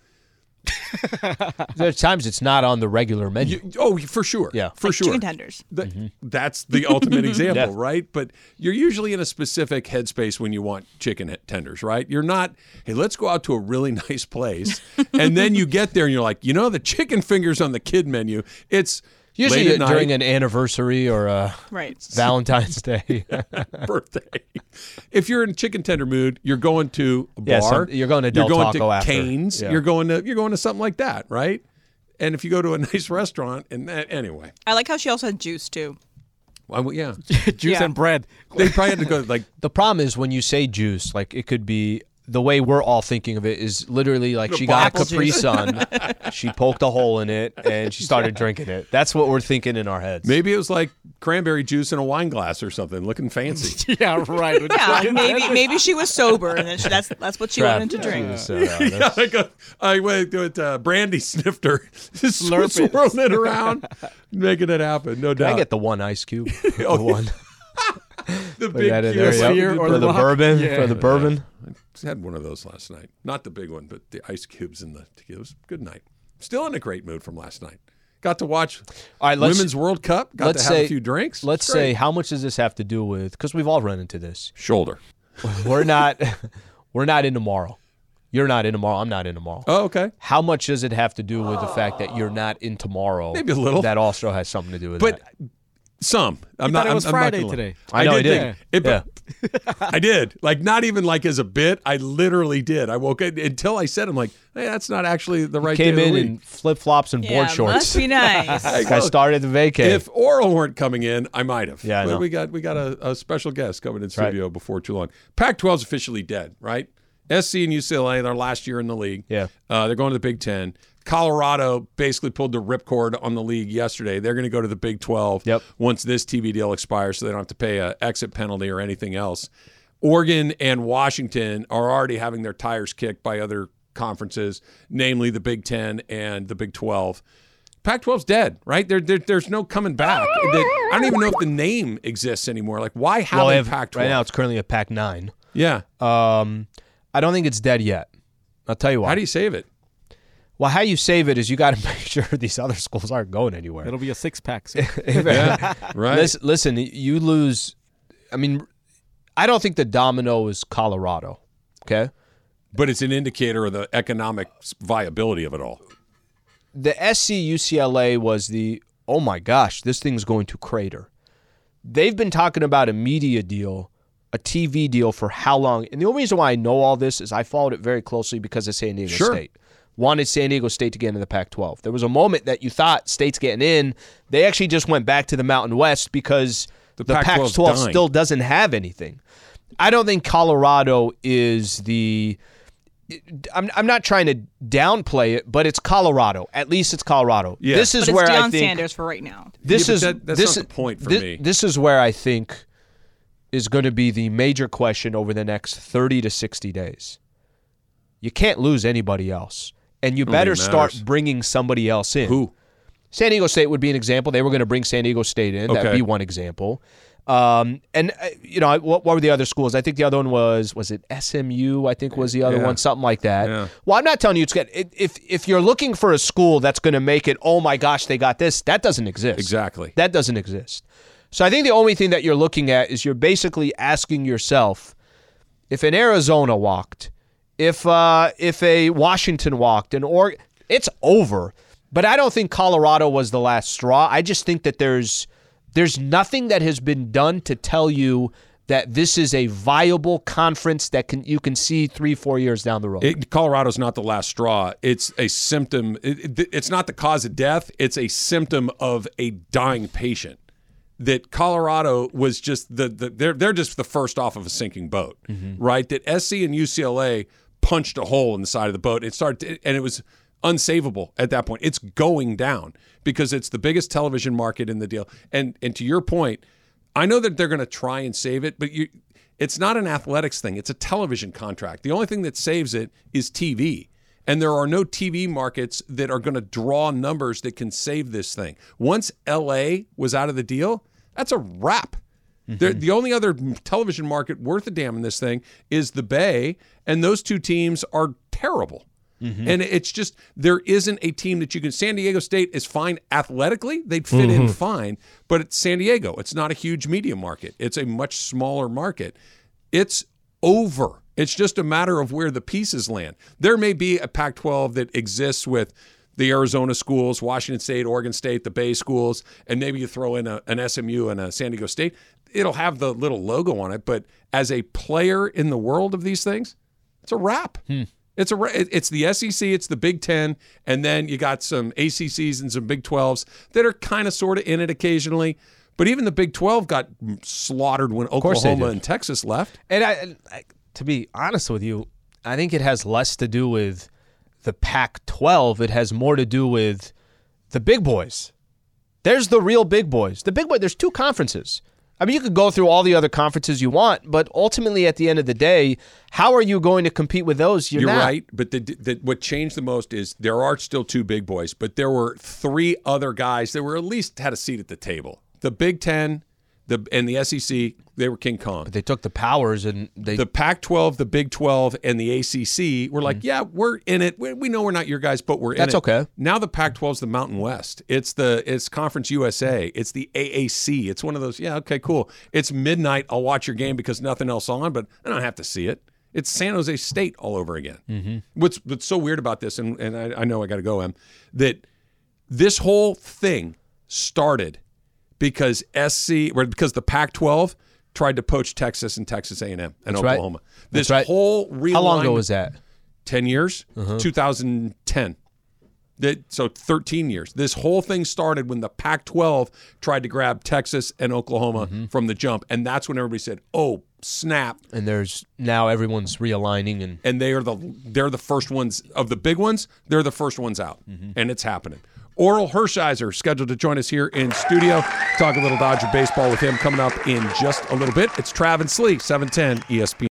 Speaker 2: There's times it's not on the regular menu.
Speaker 3: you, oh for sure.
Speaker 2: Yeah.
Speaker 3: for sure.
Speaker 1: Chicken tenders.
Speaker 3: Th-
Speaker 2: Mm-hmm.
Speaker 3: That's the
Speaker 2: *laughs*
Speaker 3: ultimate example, right? But you're usually in a specific headspace when you want chicken he- tenders, right? You're not, hey, let's go out to a really *laughs* nice place. and then you get there and you're like, you know, the chicken fingers on the kid menu, it's
Speaker 2: Usually
Speaker 3: late at
Speaker 2: during
Speaker 3: night,
Speaker 2: an anniversary or a
Speaker 1: Right.
Speaker 2: *laughs* Valentine's Day.
Speaker 3: *laughs*
Speaker 2: *laughs*
Speaker 3: birthday. if you're in chicken tender mood, you're going to a bar.
Speaker 2: Yeah, some- you're going to Del
Speaker 3: you're going
Speaker 2: Taco
Speaker 3: to
Speaker 2: after.
Speaker 3: Canes.
Speaker 2: Yeah.
Speaker 3: You're going to you're going to something like that, right? And if you go to a *laughs* nice restaurant, and that, anyway,
Speaker 1: I like how she also had juice too.
Speaker 3: why would- yeah,
Speaker 4: Juice
Speaker 1: Yeah.
Speaker 4: and bread.
Speaker 3: they probably had to go like
Speaker 2: The problem is when you say juice, like it could be the way we're all thinking of it is literally like she got a
Speaker 1: Apple
Speaker 2: Capri
Speaker 1: juice.
Speaker 2: Sun, she poked a hole in it, and she started drinking it. That's what we're thinking in our heads.
Speaker 3: Maybe it was like cranberry juice in a wine glass or something, looking fancy.
Speaker 4: yeah, right. With
Speaker 1: Yeah,
Speaker 4: chicken
Speaker 1: maybe
Speaker 4: tenders.
Speaker 1: maybe she was sober and then she, that's that's what *laughs* she
Speaker 2: Trav,
Speaker 1: wanted to drink.
Speaker 2: Jesus, uh, that's-
Speaker 3: *laughs* yeah, like a I went to it, uh, brandy snifter, *laughs* just
Speaker 4: Slurp it.
Speaker 3: swirling it around, *laughs* making it happen. No doubt. Oh,
Speaker 2: I get the one ice cube.
Speaker 3: *laughs*
Speaker 2: The one.
Speaker 3: the
Speaker 2: Put that in
Speaker 3: cube.
Speaker 2: there.
Speaker 4: Sphere
Speaker 2: Yep.
Speaker 4: or
Speaker 2: For
Speaker 4: the
Speaker 2: the
Speaker 4: rock.
Speaker 2: bourbon.
Speaker 4: Yeah.
Speaker 2: For the bourbon.
Speaker 3: I had one of those last night. Not the big one, but the ice cubes and the tequilas. Good night. Still in a great mood from last night. Got to watch
Speaker 2: All right, let's-
Speaker 3: Women's World Cup. Got
Speaker 2: let's
Speaker 3: to have
Speaker 2: say,
Speaker 3: a few drinks.
Speaker 2: Let's
Speaker 3: It's great.
Speaker 2: say, how much does this have to do with? Because we've all run into this.
Speaker 3: shoulder.
Speaker 2: *laughs* We're not, *laughs* we're not in tomorrow. You're not in tomorrow. I'm not in tomorrow.
Speaker 3: Oh, okay.
Speaker 2: How much does it have to do with the fact that you're not in tomorrow?
Speaker 3: Maybe a little.
Speaker 2: That also has something to do with
Speaker 3: But
Speaker 2: that.
Speaker 3: some. I'm
Speaker 4: You
Speaker 3: not.
Speaker 4: thought it
Speaker 3: I'm-
Speaker 4: was
Speaker 3: I'm not
Speaker 4: Friday
Speaker 3: gonna lie.
Speaker 4: today.
Speaker 2: I know, I did.
Speaker 3: think It,
Speaker 2: Yeah.
Speaker 3: *laughs* I did. Like not even like as a bit. I literally did. I woke up until I said, "I'm like, hey, that's not actually the right."
Speaker 2: Came
Speaker 3: day of
Speaker 2: in
Speaker 3: the
Speaker 2: in
Speaker 3: week."
Speaker 2: flip flops and board
Speaker 1: Yeah,
Speaker 2: shorts.
Speaker 1: must
Speaker 3: *laughs*
Speaker 1: be nice.
Speaker 2: Like I started the vacay.
Speaker 3: If Oral weren't coming in, I might have.
Speaker 2: Yeah, I
Speaker 3: but
Speaker 2: know.
Speaker 3: we got we got a, a special guest coming in
Speaker 2: right.
Speaker 3: studio before too long. Pac-12's officially dead, right? SC and UCLA, their last year in the league.
Speaker 2: Yeah.
Speaker 3: uh, they're going to the Big Ten. Colorado basically pulled the ripcord on the league yesterday. They're going to go to the Big 12
Speaker 2: Yep.
Speaker 3: once this TV deal expires, so they don't have to pay a exit penalty or anything else. Oregon and Washington are already having their tires kicked by other conferences, namely the Big Ten and the Big 12. Pac 12's dead, right? There, there, there's no coming back. That- I don't even know if the name exists anymore. Like, why have
Speaker 2: well,
Speaker 3: a
Speaker 2: if-
Speaker 3: Pac 12?
Speaker 2: right now it's currently a Pac nine.
Speaker 3: yeah.
Speaker 2: Um, I don't think it's dead yet. I'll tell you why.
Speaker 3: How do you save it?
Speaker 2: well, how you save it is you got to *laughs* make sure these other schools aren't going anywhere.
Speaker 4: It'll be a six pack.
Speaker 2: *laughs*
Speaker 4: soon.
Speaker 3: *laughs* Yeah.
Speaker 4: *laughs*
Speaker 3: Right.
Speaker 2: Listen, listen, you lose. I mean, I don't think the domino is Colorado. Okay,
Speaker 3: but it's an indicator of the economic viability of it all.
Speaker 2: the SC UCLA was the oh my gosh, this thing's going to crater. They've been talking about a media deal, a TV deal for how long? And the only reason why I know all this is I followed it very closely because of San Diego
Speaker 3: Sure.
Speaker 2: State. Wanted San Diego State to get into the Pac 12. There was a moment that you thought state's getting in. They actually just went back to the Mountain West because the, Pac
Speaker 3: Pac-12's
Speaker 2: 12
Speaker 3: dying.
Speaker 2: still doesn't have anything. I don't think Colorado is the I'm, I'm not trying to downplay it, but it's Colorado. At least it's Colorado.
Speaker 3: Yeah.
Speaker 2: This is
Speaker 1: But it's
Speaker 2: where I
Speaker 1: Deion
Speaker 2: think
Speaker 1: Sanders for right now.
Speaker 2: this
Speaker 3: Yeah, but
Speaker 2: is
Speaker 3: that- that's not
Speaker 2: this is-
Speaker 3: the point for
Speaker 2: thi-
Speaker 3: me.
Speaker 2: This is where I think is going to be the major question over the next 30 to 60 days. You can't lose anybody else, and you better
Speaker 3: think it
Speaker 2: start
Speaker 3: matters.
Speaker 2: bringing somebody else in.
Speaker 3: Who?
Speaker 2: San Diego State would be an example. They were going to bring San Diego State in. That'd
Speaker 3: Okay.
Speaker 2: be one example. Um, and uh, you know, I- what, what were the other schools? I think the other one was was it SMU? I think was the other
Speaker 3: Yeah.
Speaker 2: one, something like that.
Speaker 3: Yeah.
Speaker 2: Well, I'm not telling you it's good. It, if if you're looking for a school that's going to make it, oh my gosh, they got this. That doesn't exist.
Speaker 3: Exactly.
Speaker 2: That doesn't exist. So I think the only thing that you're looking at is you're basically asking yourself, if an Arizona walked, if uh, if a Washington walked, and or it's over. But I don't think Colorado was the last straw. I just think that there's there's nothing that has been done to tell you that this is a viable conference that can you can see three four years down the road.
Speaker 3: It, Colorado's not the last straw. It's a symptom. It, it- it's not the cause of death. It's a symptom of a dying patient. that Colorado was just the, the they're they're just the first off of a sinking boat, right? That SC and UCLA punched a hole in the side of the boat. It started and it was unsavable at that point. It's going down because it's the biggest television market in the deal. And and to your point, I know that they're going to try and save it, but you it's not an athletics thing. It's a television contract. The only thing that saves it is TV. And there are no TV markets that are going to draw numbers that can save this thing. Once LA was out of the deal, that's a wrap. They're- The only other television market worth a damn in this thing is the Bay, and those two teams are terrible. And it's just there isn't a team that you can. San Diego State is fine athletically; they'd fit in
Speaker 12: Mhm.
Speaker 3: fine, but it's San Diego. It's not a huge media market. It's a much smaller market. It's over. It's just a matter of where the pieces land. There may be a Pac-12 that exists with the Arizona schools, Washington State, Oregon State, the Bay schools, and maybe you throw in a, an SMU and a San Diego State. It'll have the little logo on it, but as a player in the world of these things, it's a wrap.
Speaker 2: Hmm.
Speaker 3: It's a ra- it- it's the SEC, it's the Big Ten, and then you got some ACCs and some Big Twelves that are kind of sort of in it occasionally. But even the Big Twelve got slaughtered when
Speaker 2: course they
Speaker 3: Oklahoma
Speaker 2: did.
Speaker 3: and Texas left.
Speaker 2: And I, and I, to be honest with you, I think it has less to do with the Pac 12. It has more to do with the big boys. There's the real big boys. The big boy, there's two conferences. I mean, you could go through all the other conferences you want, but ultimately at the end of the day, how are you going to compete with those? You're,
Speaker 3: You're,
Speaker 2: not.
Speaker 3: right, but the, the, what changed the most is there are still two big boys, but there were three other guys that were at least had a seat at the table. The Big Ten, the and the SEC, they were King Kong. But
Speaker 2: they took the powers and they
Speaker 3: the Pac-12, the Big 12, and the ACC were like, yeah, we're in it. We, we know we're not your guys, but we're in
Speaker 2: Mm. That's
Speaker 3: it.
Speaker 2: okay.
Speaker 3: Now the Pac-12 is the Mountain West. It's the it's Conference USA. It's the AAC. It's one of those. Yeah, okay, cool. It's midnight. I'll watch your game because nothing else on, but I don't have to see it. It's San Jose State all over again.
Speaker 2: Mm-hmm.
Speaker 12: Mhm.
Speaker 3: What's what's so weird about this, and and I, I know I got to go, Em, that this whole thing started because SC or because the Pac-12 tried to poach Texas and Texas A&M and
Speaker 2: That's right.
Speaker 3: Oklahoma.
Speaker 2: That's
Speaker 3: This
Speaker 2: right.
Speaker 3: whole realignment.
Speaker 2: How long ago was that?
Speaker 3: Ten years.
Speaker 2: Uh-huh.
Speaker 3: 2010. That, so 13 years. This whole thing started when the Pac 12 tried to grab Texas and Oklahoma from the jump. And that's when everybody said, oh, snap.
Speaker 2: Mm-hmm. And there's now everyone's realigning and
Speaker 3: and they are the they're the first ones of the big ones. They're the first ones out,
Speaker 2: Mm-hmm.
Speaker 3: and it's happening. Oral Hershiser scheduled to join us here in studio. Talk a little Dodger baseball with him coming up in just a little bit. It's Travis Slee, seven ten E ESPN.